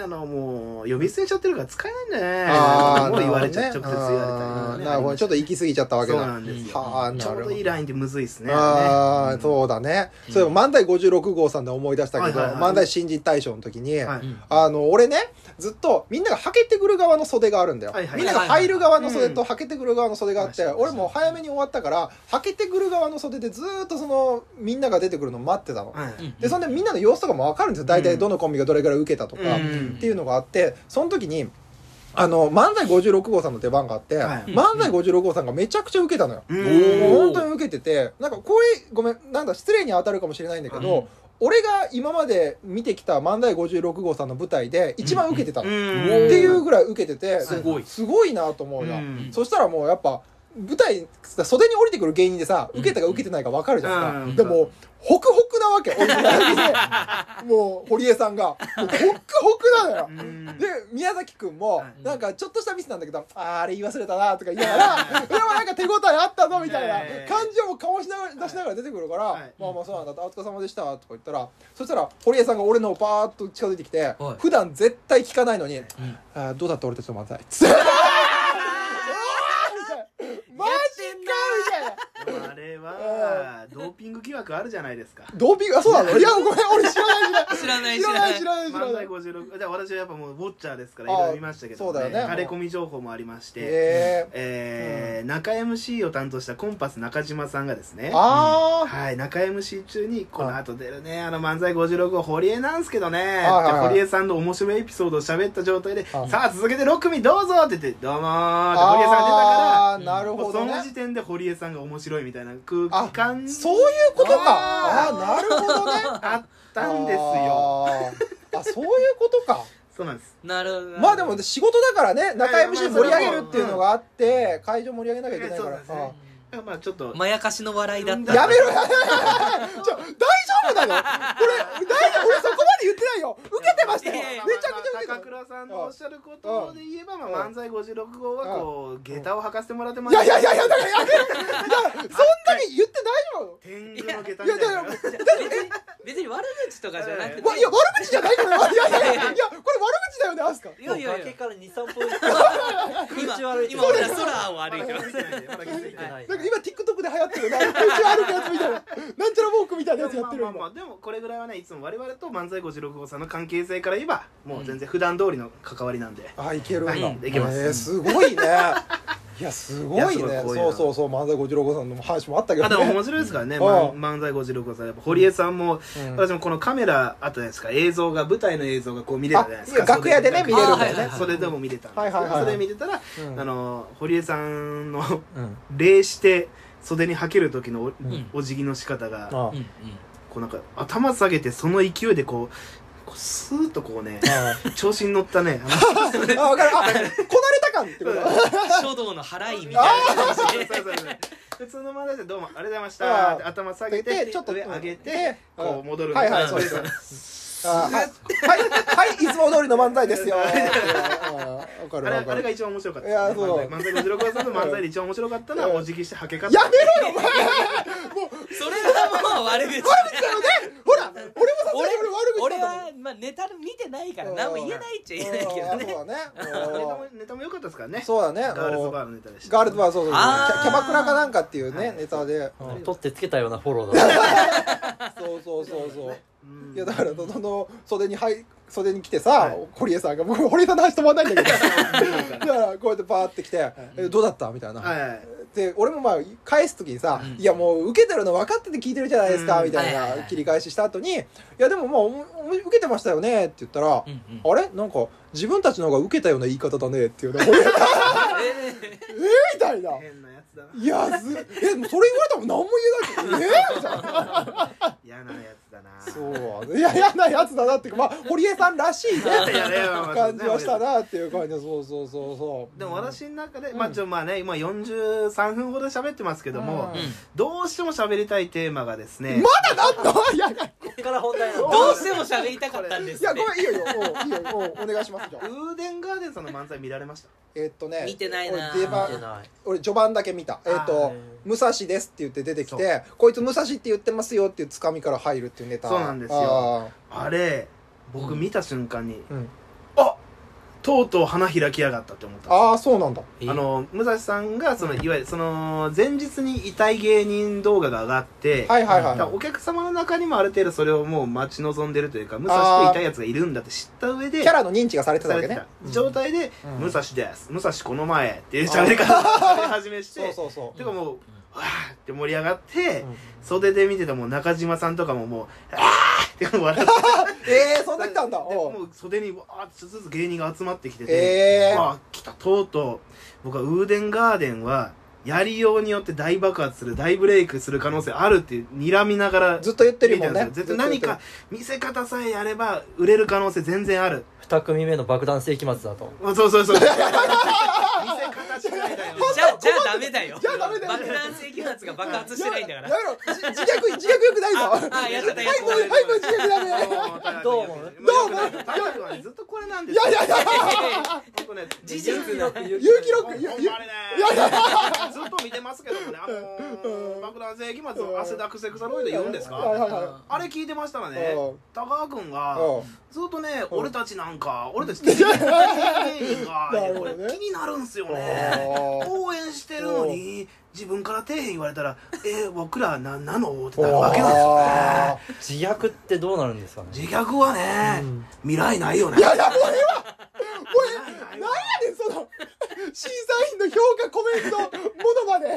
B: あのもう呼び捨てにしちゃってるから使えないんだね
C: あ
B: もう言われちゃ
C: な
B: 直接
C: るほ
B: 言
C: どね
B: われたりとか
C: あー
B: ね
C: なるほど。ちょっと行き過ぎちゃったわけ
B: そう
C: だ。
B: なんですよ
C: はあ、
B: ち
C: な
B: ょ
C: る
B: うど
C: ほど
B: いい。ラインでむずいっすね
C: あ
B: あれね
C: あ、そうだね。
A: うん
C: そういえば漫才56号さんで思い出したけど、
B: はいはいはい
C: 漫才新人大賞の時に、
B: はい
C: あの、俺ね、ずっとみんながはけてくる側の袖があるんだよ。
B: はいはい
C: みんなが入る側の袖と
B: う
C: はけてくる側の袖があって、
B: うん
C: 俺もう早めに終わったから、はけてくる側の袖でずーっとその、みんなが出てくるのを待ってたの。
B: はい
C: で、そんでみんなの様子とかもわかるんですよ。大体どのコンビがどれぐらい受けたとか。
B: うん
C: っていうのがあってその時にあの漫才56号さんの出番があって、
B: はい
C: 漫才56号さんがめちゃくちゃ受けたのよ。
B: うん
A: ー
C: 本当に受けててなんかこれごめんなんだ失礼に当たるかもしれないんだけど、
A: うん
C: 俺が今まで見てきた漫才56号さんの舞台で一番受けてたの、
B: うん
C: っていうぐらい受けてて
A: すごい
C: すごいなと思うな、
B: うん
C: そしたらもうやっぱ舞台袖に降りてくる芸人でさ受けたか受けてないか分かるじゃないですか、
B: うん
C: でもホクホクなわけ俺の周りでもう堀江さんがもうホクホクなのよ、
B: うん
C: で宮崎君も
B: はい
C: なんかちょっとしたミスなんだけど「あーあれ言い忘れたな」とか言いなが (laughs) ら「でもなんか手応えあったぞ」みたい
B: え
C: な
B: え
C: 感じをもう顔しながら出しながら出てくるから「
B: はい
C: まあまあそうなんだお疲れ様でした」とか言ったらそしたら堀江さんが俺のバーッと近づいてきて
A: はい
C: 普段絶対聞かないのに
A: ん
C: 「あーどうだった俺たちの漫才」
B: (laughs)
C: (laughs) つって「うわーみたいなマジか!」みたいな。
B: でもあれはドーピング疑惑あるじゃないですか
C: ドーピングあそうなのいやごめん俺知らない知らない
A: らない
C: 知
A: 知
C: ら
A: ら
C: な
A: ないい
C: 知ら
B: 漫
C: ない知らな
B: 才
C: い
B: 56じゃあ私はやっぱもうウォッチャーですから
C: あ
B: い
C: ー
B: ろいろ見ましたけど
C: そうだよね
B: 垂れ込み情報もありまして、
C: ええ
B: えー中 MC を担当したコンパス中島さんがですね
C: あー
B: はい、中 MC 中にこの後出るねあの漫才56号堀江なんすけどね、
C: いはいは
B: っ
C: い
B: て堀江さんの面白いエピソードを喋った状態で「
C: はい
B: さあ続けて6組どうぞ!」って言って「どうもー」って堀江さんが出たから
C: あー
A: 出たから
C: なる
B: も
C: ほ
B: うその
C: どね
B: 時点で堀江さんが面白いみたいな空気感
C: そういうことかあ
B: あ
C: あーなるほどね
B: あったんですよ
C: あーあそういうことか
B: そうなんです
A: なるほどな
C: まあでも仕事だからね中 MC 盛り上げるっていうのがあって会場盛り上げなきゃいけないから
B: うんそうですねだからまあちょっと、
A: まやかしの笑いだっ
C: あ
A: た
C: やめろ (laughs) やめろちょ大丈夫なのこれ大丈夫俺そこまで言ってないよ受けてましたよ
A: い
C: めち
A: やいや
C: ゃくちゃ受けて
B: まあ
C: ま
B: 高
C: し
B: 倉さんのおっしゃることで言えば、まあ、漫才56号はこう下駄を履かせてもらってま
C: い
B: す
C: やいやいやいやだからやめろだからそんなに言って大丈
B: 天狗の下駄
C: 夫い
B: みた
C: や
B: い
C: いやいや
B: な
A: 別に別に悪口とかじゃなくて
C: わいや悪口じゃないけどいやいやいやいやこれ悪口だよねアスカ
A: いやいやいや
D: 崖から23ポイント
A: 今
D: 口悪い
A: 今俺ら空を歩いてます
B: まだ気づいてない
D: はい
C: なんか今 TikTok で流行ってるな空中歩くやつみたいななんちゃらウォークみたいなやつやってる
B: まあまあま
C: 今
B: あでもこれぐらいはねいつも我々と漫才56号さんの関係性から言えばもう全然普段通りの関わりなんで、
C: あいけるんだ
B: はいいけます
C: えーすご
B: (laughs)
C: いねいやすごい
B: い
C: ね
B: やすごいこういう
C: そ
B: の
C: うそうそう漫才五十六号さんの話もあったけど
B: あでも
C: ね
B: 面白いです
C: (laughs)
B: からね、
C: うん
B: ま漫才56号さんやっぱ堀江さんも、
C: うん
B: 私もこのカメラあったじゃないですか映像が舞台の映像がこう見れたじゃないですか
C: あいや楽屋でね
B: 袖
A: 見れるんだよね
B: あはいはいはいそれでも見れたんです
C: はいはいは
B: そ
C: い
B: れで見てたら、
C: うん
B: あの堀江さんの
C: うん
B: 礼して袖にはける時のお,、
A: ん
B: お辞儀の仕方が、
C: あ
A: うんうん
B: こうなんか頭下げてその勢いでこうこうスーッとこうね
C: あ
B: 調子に乗ったねあの
C: あわかるあこなれた感ってこと
A: 書道の払いみたいな感じで
B: そうそうそう (laughs) 普通の漫才でどうもありがとうございましたって頭下げて
C: でちょっと
B: 上上げ
C: で
B: てこう戻る
C: はいはい
A: そう
C: です
B: そ
C: あはいはいはいいつも通りの漫才ですようんわか
B: あ
C: る
B: れあ
C: わか
B: れ
C: る
B: が一番面白かった
C: いやそう
B: 漫才56話さんの漫才で一番面白かったのはお辞儀してはけ方
C: やめろよ
A: それはもう悪口
C: ほら俺もさすが
A: 俺
C: に
A: 俺
C: 俺悪口だと思う
A: は、まあ、ネタ見てないから何も言えないっちゃ言えないけどね
C: そう
B: ネ
C: だね
B: タ
C: うん
B: もネタも良かったですからね
C: そうだね
B: ガールズバーのネタでした
C: ガールズバーそうそうそうキ
A: あー
C: ャキャバクラかなんかっていう
B: は
C: ね
B: い
C: ネタで
D: あ取ってつけたようなフォロ
C: (laughs)
D: ーだ
C: そうそうそうそう
B: うん
C: いやだからその袖に入袖に来てさ堀江さんが僕堀江さんの話止まんない
A: (laughs)
C: んだけどだからこうやってバーって来て「えどうだった?」みたいな
B: はいはい
C: で俺もまあ返す時にさ「
A: うん
C: いやもう受けてるの分かってて聞いてるじゃないですか」
B: うん
C: みたい
A: はいはいは
C: ない切り返しした後に「いやでもまあおも受けてましたよね」って言ったら
A: う
C: 「
A: んうん
C: あれなんか自分たちの方が受けたような言い方だね」っ
A: (laughs)
C: ていうの堀江さん
A: え
C: えーみたいな。
B: 変なやつだない
C: やすえもうそれ言われたら何も言えないけどえーみたいな
B: 嫌なやつだな
C: そういや嫌なやつだなっていうかまあ堀江さんらしいね
B: いやいやいやまあ
C: 感じはしたなっていう感じでそうそうそうそう
B: でも私の中で、まあちょまあね今43分ほど喋ってますけども、
C: うん
B: どうしても喋りたいテーマがですね、
C: まだなんだいやいや
D: こっから本題なんだ
A: どうしても喋りたかったんで
C: い
A: す
C: や
A: っ
C: ごめんいいよいいよおういいよおうお願いしますじゃあ
B: ウーデンガーデンさんの漫才見られました
C: えーっとね
A: 見てないな
C: 俺出
D: 見て
C: 番
D: ない
C: 俺序盤だけ見たえーっ
B: あ
C: と
D: ー
C: 「武蔵です」って言って出てきて「こいつ武蔵って言ってますよ」っていうつかみから入るっていうネタ
B: そうなんですよ
C: あ
B: あれ僕見た瞬間に、
C: ー、うん、
B: あとうとう花開きやがったって思ったんです
C: あーそうなんだ
B: あの武蔵さんがその、いわゆるその前日に痛い芸人動画が上がって、
C: はいはいは
B: だ
C: い
B: からお客様の中にもある程度それをもう待ち望んでるというか武蔵って痛いやつがいるんだって知った上で
C: キャラの認知がされてた
B: さ
C: わ
B: れ
C: け
B: て
C: ね
B: た状態で
C: うん
B: 「武蔵です武蔵この前」っていう喋り方を喋り始めし
C: (laughs) そう
B: て
C: そうそ
B: てかもう「わー」って盛り上がって、
C: う、うん
B: 袖で見てたもう中島さんとかももう「あー!」って笑って
C: ええー、そんな来たんだ
B: で
C: おう
B: もう袖にわーっとずつ芸人が集まってきてて、
C: ええー、
B: あ来たとうとう僕はウーデンガーデンはやりようによって大爆発する大ブレイクする可能性あるって睨みながら
C: ずっと言ってるもん
B: 見た
C: ね
B: んですよ絶対何か見せ方さえやれば売れる可能性全然ある
D: 2組目の爆弾世紀末だと
B: あそう
C: (laughs)
B: そうそう見せ方次第だよ
A: じゃあじゃあダメだよ
C: じゃあダメだよ
A: 爆弾性気圧が爆発してないんだか
C: や
A: ら
C: めろじ自虐自虐よくないぞ
A: ああやっちゃったやっちゃった
C: はいもうはいもう自虐だね
D: どうも
B: どうも早くはねずっとこれなんで
C: い
B: すよ
C: やいやいや
B: 僕ね
A: 事実
D: の
A: の
C: 有機録
B: ほん
C: 有
B: まあれ
C: 有
B: ねずっと見てますけどもねあの
C: うん
B: ー爆弾世紀末を汗だくせくさろいで言うんです
C: はい
B: か
C: はいはい
B: あれ聞いてましたらね
C: うん
B: 高川君が
C: うん
B: ずっととね、
C: うん
B: 俺たちなんか俺たちテレビ芸人が、
C: なるほ
B: こ
C: どね
B: れ気になるんすよね
C: あ
B: 応援してるのに自分から底辺言われたら「えー、僕らななの?」ってなるわけなんですよね
C: あ
D: 自虐ってどうなるんですかね
B: 自虐はね、
D: うん
B: 未来ないよね
C: いやいやこれは
B: 未来な
C: ないん
B: よ
C: やねんその審査員の評価コメントものまで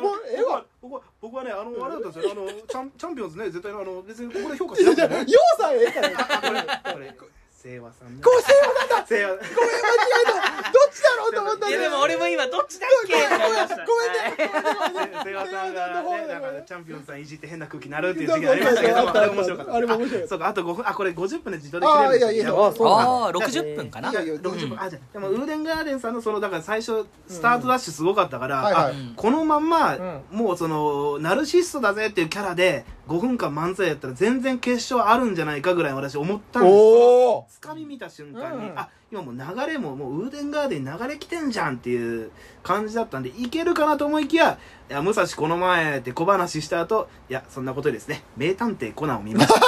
C: もうええ
B: 僕
C: わ
B: は僕は僕はねあのあれだったんですよあのチャンチャンピオンズね絶対あの別にここで評価し
C: いや
B: なく
C: いや
B: ても
C: ようさんええから
B: あこれこれ清和さんだ
C: こうしてよなんか
B: 清和
C: ごめん間違えたどっちだろうと思ったん
A: いや
C: だけ
A: で
C: ど
A: も俺も今どっちだっけってなりました
C: ごめんねごめんね
B: 清和さんがねなんかチャンピオンズさんいじって変な空気になるっていう時期あ
C: あ
B: りましたけどあれ面白かった
C: あれ面白かった
B: そうかあと5分あこれ50分で自動で切れるん
C: あーいやい
B: です
C: や
B: よ
C: いや
D: あそうなんだ
A: ああ60分かない
C: やいや
B: 60分、
A: うん
B: あじゃあでもウーデンガーデンさんのそのだから最初スタートダッシュすごかったから、
C: うんはいはい
B: あこのまんま、
C: うん
B: もうそのナルシストだぜっていうキャラで5分間漫才やったら全然決勝あるんじゃないかぐらい私思ったんです
C: おお
B: つかみ見た瞬間に、
C: うん
B: あ今もう流れももうウーデンガーデン流れ来てんじゃんっていう感じだったんでいけるかなと思いきや「いや武蔵この前」って小話した後いやそんなことよりですね名探偵コナンを見ました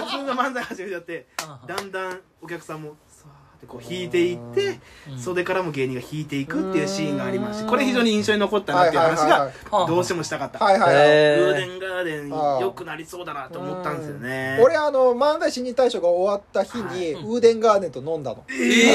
B: (laughs) 普通の漫才始めちゃってだんだんお客さんもさーってこう引いていって
A: うん
B: 袖からも芸人が引いていくっていうシーンがありましてこれ非常に印象に残ったなっていう話がどうしてもしたかった、
C: はいはい
B: ウ
C: はい
D: へ
B: ーデ
D: ー
B: ンガーデン良くなりそうだなと思ったんですよね
C: 俺あの漫才新人大賞が終わった日に、
A: はい
C: ウーデンガーデンと飲んだの、
B: え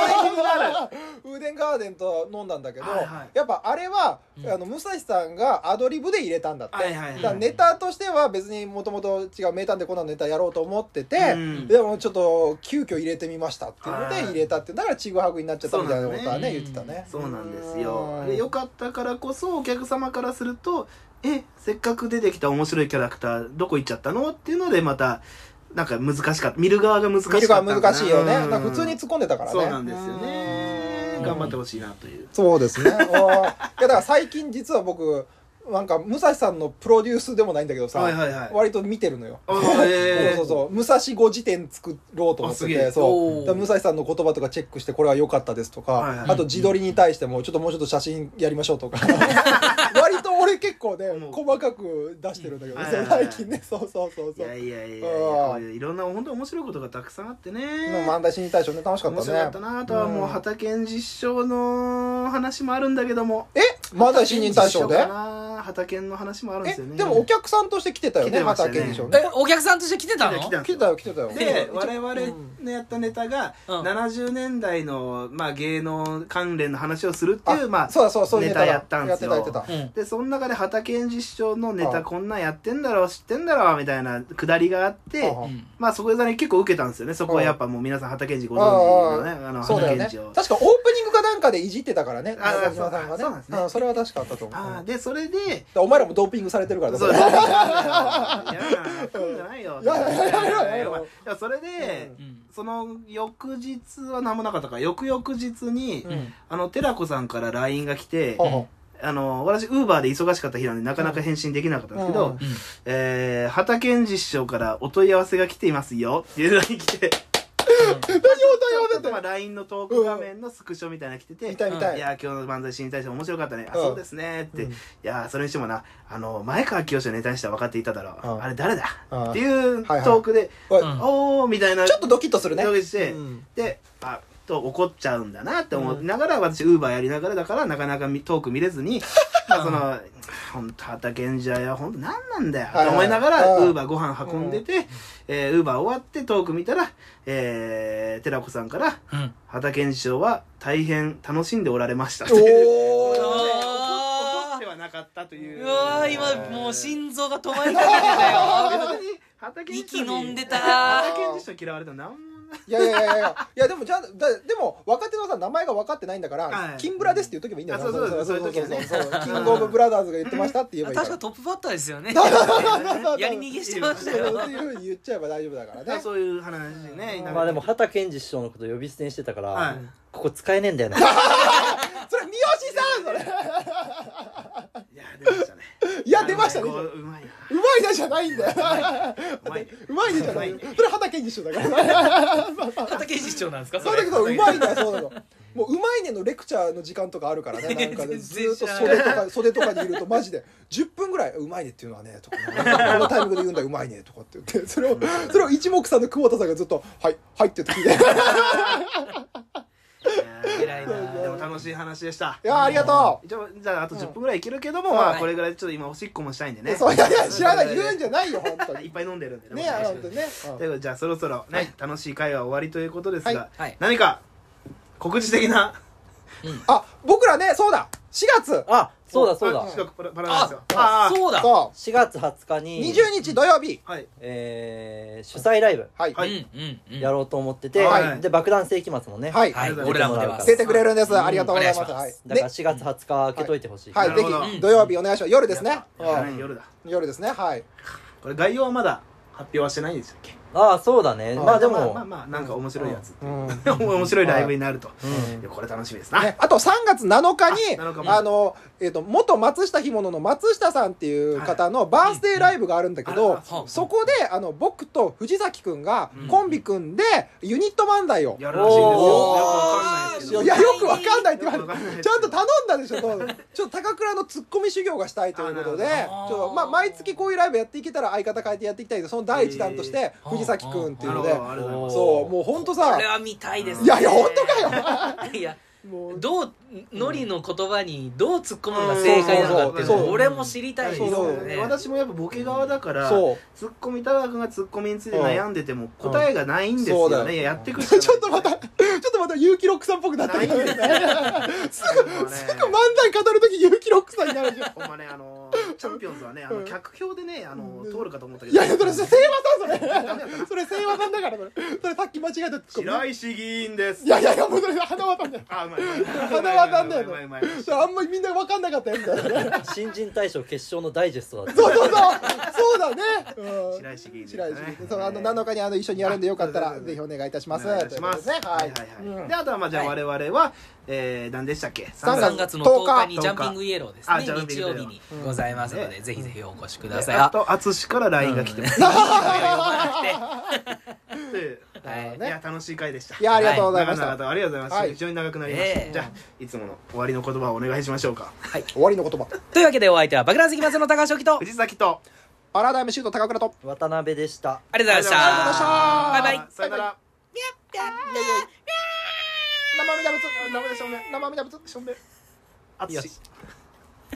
C: (laughs) ウーデンガーデンと飲んだんだけど、
B: はいはい
C: やっぱあれは、
A: うん
C: あの武蔵さんがアドリブで入れたんだって、
B: はいはいはい
C: だからネタとしては別にもともと違う名探偵コナンのネタやろうと思ってて、
B: うん
C: でもちょっと急遽入れてみましたっていうので
B: はい
C: 入れたってだからちぐはぐになっちゃったみたいなこと
A: そうな
C: はね
A: ん
C: 言
A: で
C: って
A: す
C: た
A: ね
C: ね
B: そうなんです
C: う
B: よ
C: ん
B: で良かったからこそお客様からするとえせっかく出てきた面白いキャラクターどこ行っちゃったのっていうのでまたなんか難しかった見る側が難しか
C: 見
B: った
C: る
B: んだ
C: が
B: な
C: 難しいよね
B: う
C: なん
B: ん
C: か普通に突っ込んでたからね
B: そうなんですよね
C: うん
B: 頑張ってほしいなという
C: そうです
B: (laughs)
C: ね。おーいやだから最近実は僕なんか武蔵さんのプロデュースでもないんだけどさ、
B: はいはいはい
C: 割と見てるのよ。
B: あーえー
C: そうそうそう武蔵語辞典作ろうと思っ
B: あ
C: て
B: すげ
C: て
B: え
C: そう
A: おー
C: だから武蔵さんの言葉とかチェックしてこれは良かったですとか、
B: はいはい
C: あと自撮りに対してもちょっともうちょっと写真やりましょうとか割と俺結構
B: (laughs)
C: ね
B: もう
C: 細かく出してるんだけど、ね
B: はいはいはい
C: 最近ねそうそうそう
B: い
C: そう
B: やいやいやいや
C: うん
B: こういういろんな本当面白いことがたくさんあってね
C: の漫才師に対してね楽しかったね
B: 面白かったなあとはもう畑健実証の話もあるんだけども
C: え漫才新人大賞で
B: かな畑健の話もあるんで
C: え
B: すよね
C: でもお客さんとして来てたよ
B: 来
C: ね
B: てましたね
C: 畑でしょうね
A: えお客さんとして来てたの
B: 来てた
C: 来てたよ来てたよ
B: で
A: う
B: 我々のやったネタが
A: うん
B: 70年代の、まあ、芸能関連の話をするっていうまあ
C: そうだそうだそういう
B: ネ
C: ネ
B: タ
C: タだ
B: やったんですよ
C: やってたやって
A: うん
B: でその中で畑健実証のネ
C: は
B: タ
C: い
B: こんなんやってんだろ知ってんだろみたいなくだりがあって
C: は
A: うん
B: まあそこで結構受けたんですよねそこはやっぱもう皆さん畑健二ご存知のねあの
C: たそうだ
B: 畑
C: よね
B: 健二を
C: 確。かオープニングかなんかでいじってたからね
B: あ
C: 中島さんがね
B: そうなんですね
C: んそれは確かあったと思う
B: ああ
C: だか
B: でそれで
C: らお前らもドーピングされてるからね
B: そう
C: こ
B: (laughs) い
C: れ
B: や来んじゃないよ
C: いやいやいやいやいや
B: いやそれで
C: う
A: うん
B: その翌日は何もなかったから翌々日に、
C: うん
B: あの寺子さんから LINE が来て、
C: ほうほ
B: あの私ウーバーで忙しかった日なんでなかなか返信できなかったんですけ
C: う
B: ど、
C: ん
A: うん
B: えー、畑健二師匠からお問い合わせが来ていますよっていう LINE 来て
C: う何を
B: ちょ
C: だ
B: っ
C: よ
B: と
C: だ
B: ま
C: っ
B: あ LINE のトーク画面のスクショみたいなの来てて、
C: てみたいみた
B: い
C: い
B: やー今日の漫才新大賞面白かったね、あ
C: うん
B: そうですねって、
C: うん
B: いやーそれにしてもなあの前川清のネタにしては分かっていただろう、
C: うん
B: あれ誰だ
C: うん
B: っていうト
C: はいはい
B: ークで、
C: おい
A: うん
B: おーみたいな
C: ちょっとドキッとするね
B: ドキッとして
C: うん
B: であと怒っちゃうんだなって思
C: う
B: い
C: ん
B: ながら、私ウーバーやりながらだからなかなかみトーク見れず
A: (laughs)
B: にまあその本当畑健二は本当何なんだよ
C: はいはい
B: と思いながら
C: う
B: ウ
C: ん
B: ーバーご飯運んでて、えウーバー終わってトーク見たら、えー、寺子さんから
A: うん
B: 「畑健二賞は大変楽しんでおられました」っていう。
C: (laughs) お
B: (laughs) 怒
A: ー
B: ってはなかったというう。
A: わー今もう心臓が止まりかけたよ
B: 別に畑健二賞に
A: 息飲んでた
B: 畑健二賞嫌われても何もない
C: いやいやいやいやいやでもじゃあだでも若手のさ名前が分かってないんだか
B: は
C: ら
B: い
C: 「キンブラです」って言っとけばいいんだよ
B: あそうそうそう
C: キ
B: そういう時はね
C: ングオブブラザーズが言ってましたって言えばいい
A: 確かトップバッターですよ
C: (laughs)
A: ね
B: (laughs)
C: ら
A: やり逃げしてました
C: そう
A: よ
C: そういうふう (laughs) に言っちゃえば大丈夫だから
B: だから
C: ね
B: そういう話ね。
D: まあでも畑健二師匠のこと呼び捨てにしてたから、
B: はい
D: ここ使えねえん
C: (laughs)
D: だよね
C: それ三好さんそれ
B: いや出ましたね。
C: いや出ましたね
B: うまいな。
C: うまいなじゃないんだよ
B: うまいね。
C: うまいねじゃないそれ畑健二師匠だから
A: 畑市長なんですか
C: そうだけどうまいんだよそうだのもううまいねのレクチャーの時間とかあるからねなんかで
A: 全然
C: ずーっと
A: 知ら
C: 袖と
A: な
C: か袖とかにいるとマジで10分ぐらいうまいねっていうのはねとかこのタイミングで言うんだようまいねとかって言ってそれをそれを一目散の久保田さんがずっと「はいはい」って言って聞いて
A: 偉いな
B: でも楽しい話でした
C: いやーありがと
B: 一応じゃああと10分ぐらいいけるけども、
C: うん
B: ま
A: は
B: あ
A: い
B: これぐらいちょっと今おしっこもしたいんで
C: う
B: ね
C: そういやいや知らない言うん
B: じ
C: じゃないよ本当
B: いっ
C: に
B: ぱい飲んでるんで
C: ね
B: もう
C: え
B: 大丈夫
C: 本当にね、うん
B: ということでじゃあそろそろね、
A: はい
B: 楽しい会は終わりということですが、
C: はい
A: はい
B: 何か告知的な
C: あ僕らねそうだ4月
D: あそうだそうだ
B: あ四角パラパラなんですよ
A: あ
B: ー
A: そうだ
C: そ
D: 4月20日
C: う
D: に、
C: 20日土曜日
B: はい
D: えー主催ライブ
C: はい、
B: はい
A: うんうんうん
D: やろうと思ってて、
B: はい
D: で爆弾世紀末もね、
C: はい
A: はい
B: ありがとうご
A: 俺
B: ざ
A: ら
B: います
A: も出ます
C: 出てくれるんです、
B: うん
C: ありがとうございます
A: お願いし
C: はい、
D: だか
C: ね
D: ら4月20日開けといてほしい、
C: はい、ぜ
B: なるほど
C: ひ土曜日お願いします夜ですね、
B: やらな
C: う
B: い
C: ん
B: 夜だ
C: 夜ですねはい
B: これ概要はまだ発表はしてないんですよ
D: ああそうだね
C: はい
D: まあでも、
B: まあまあなんか面白いやつ、
C: うん、ね、
B: 面白いライブになると、
D: うん
B: いやこれ楽しみですな、
C: あと3月7日に
B: あ7日も
C: あの、えー、と元松下干物の松下さんっていう方のバースデーライブがあるんだけど、
B: うん
A: はあ
C: そこであの僕と藤崎くんが
B: うん
C: コンビ組んでユニット漫才を、
B: やるらしいんですよ
D: おー
B: いやわかんないですけど
C: いやよくわかんないって言われ
B: よくわかんない
C: ちゃんと頼んだでしょどうちょっと高倉のツッコミ修行がしたいということで
B: あなる
C: ち
A: ほど
C: ょ、まあ、毎月こういうライブやっていけたら相方変えてやっていきたいけどその第一弾として
A: えー
C: 藤崎くんっていう
B: なるほどありがとうございま
C: ので、
B: す
C: そうもうほんとさ
A: これは見たいですね
C: いやいや本当か
A: (laughs)
C: よ
A: いや
C: もう
A: どうノリの言葉にどう突っ込むのが正解なのかっていうの
C: うんそうそうそう
A: を俺も知りたいです
C: そう
A: よ
C: そう
A: ね
B: 私もやっぱボケ側だから、
C: そ
B: ツッコミ高くがツッコミについて悩んでても答えがないんです
C: うんそ
B: よ
C: うだ
B: ね、
C: よ
B: やってく
C: う
B: る
C: ちょっとまたちょっとまた結城ロックさんっぽくなってる
B: ないんですよすぐ
C: すぐ漫才語る時結城ロックさんになるじゃん
B: ほんまねあのチャンピオンズはねあ
C: うん
B: の客票でねあの
C: うん
B: 通るかと思ったけ
C: い
B: ど
C: やいやそれせい和さんそれ
B: ダメだったな
C: それせい和さんだからそれそれさっき間違えたツッコミ
B: 白石議員です
C: いやいやいやもうそれ花輪んだよ
B: あうまいうまい
C: 鼻はなんだよね
B: うまいうまい
C: それあんまりみんな分かんなかったやつだよね
D: 新人大賞決勝のダイジェストだった
C: そうそうそうそうだね、うん、
B: 白石議員ですね
C: 白石そうあの7日にあの一緒にやるんでよかっ
B: (laughs)
C: た
B: は
C: ら
B: い
C: ぜひお願いいたします
B: お願いします
C: ということで
B: はい
C: ねはい
B: はいは
C: うん
B: いであとはまあじゃあ
A: はい
B: 我々はえー何でしたっけ
C: 三
A: 3
B: 三
A: 月の
C: 10
A: 10日に
B: 10
A: ジャンピングイエローです
B: あジャン
A: ね
B: ピン
A: 日
B: グイエロー
A: 曜日にございますので、
C: うん
A: ぜひぜひお越しください、
B: あと淳から LINE が来てます (laughs)
A: うんは
B: で
A: い
B: いや楽しい回でした
C: いやありがとうございま
B: 長
C: した、
B: 々とありがとうございま
C: は
B: す
C: い
B: 非常に長くなりまし
A: ええ
B: たじゃあいつもの終わりの言葉をお願いしましょうか
C: 終わりの言葉
A: というわけでお相手は爆弾石松の高橋沖とあり
B: 藤崎と
C: パラダイムシュート高倉と
D: 渡辺でした
A: がとうございました
B: ありがとうございま
C: した
A: バイバイ
B: さよなら
C: 生身だぶつ生身だぶつしょんべ
B: 淳
A: よし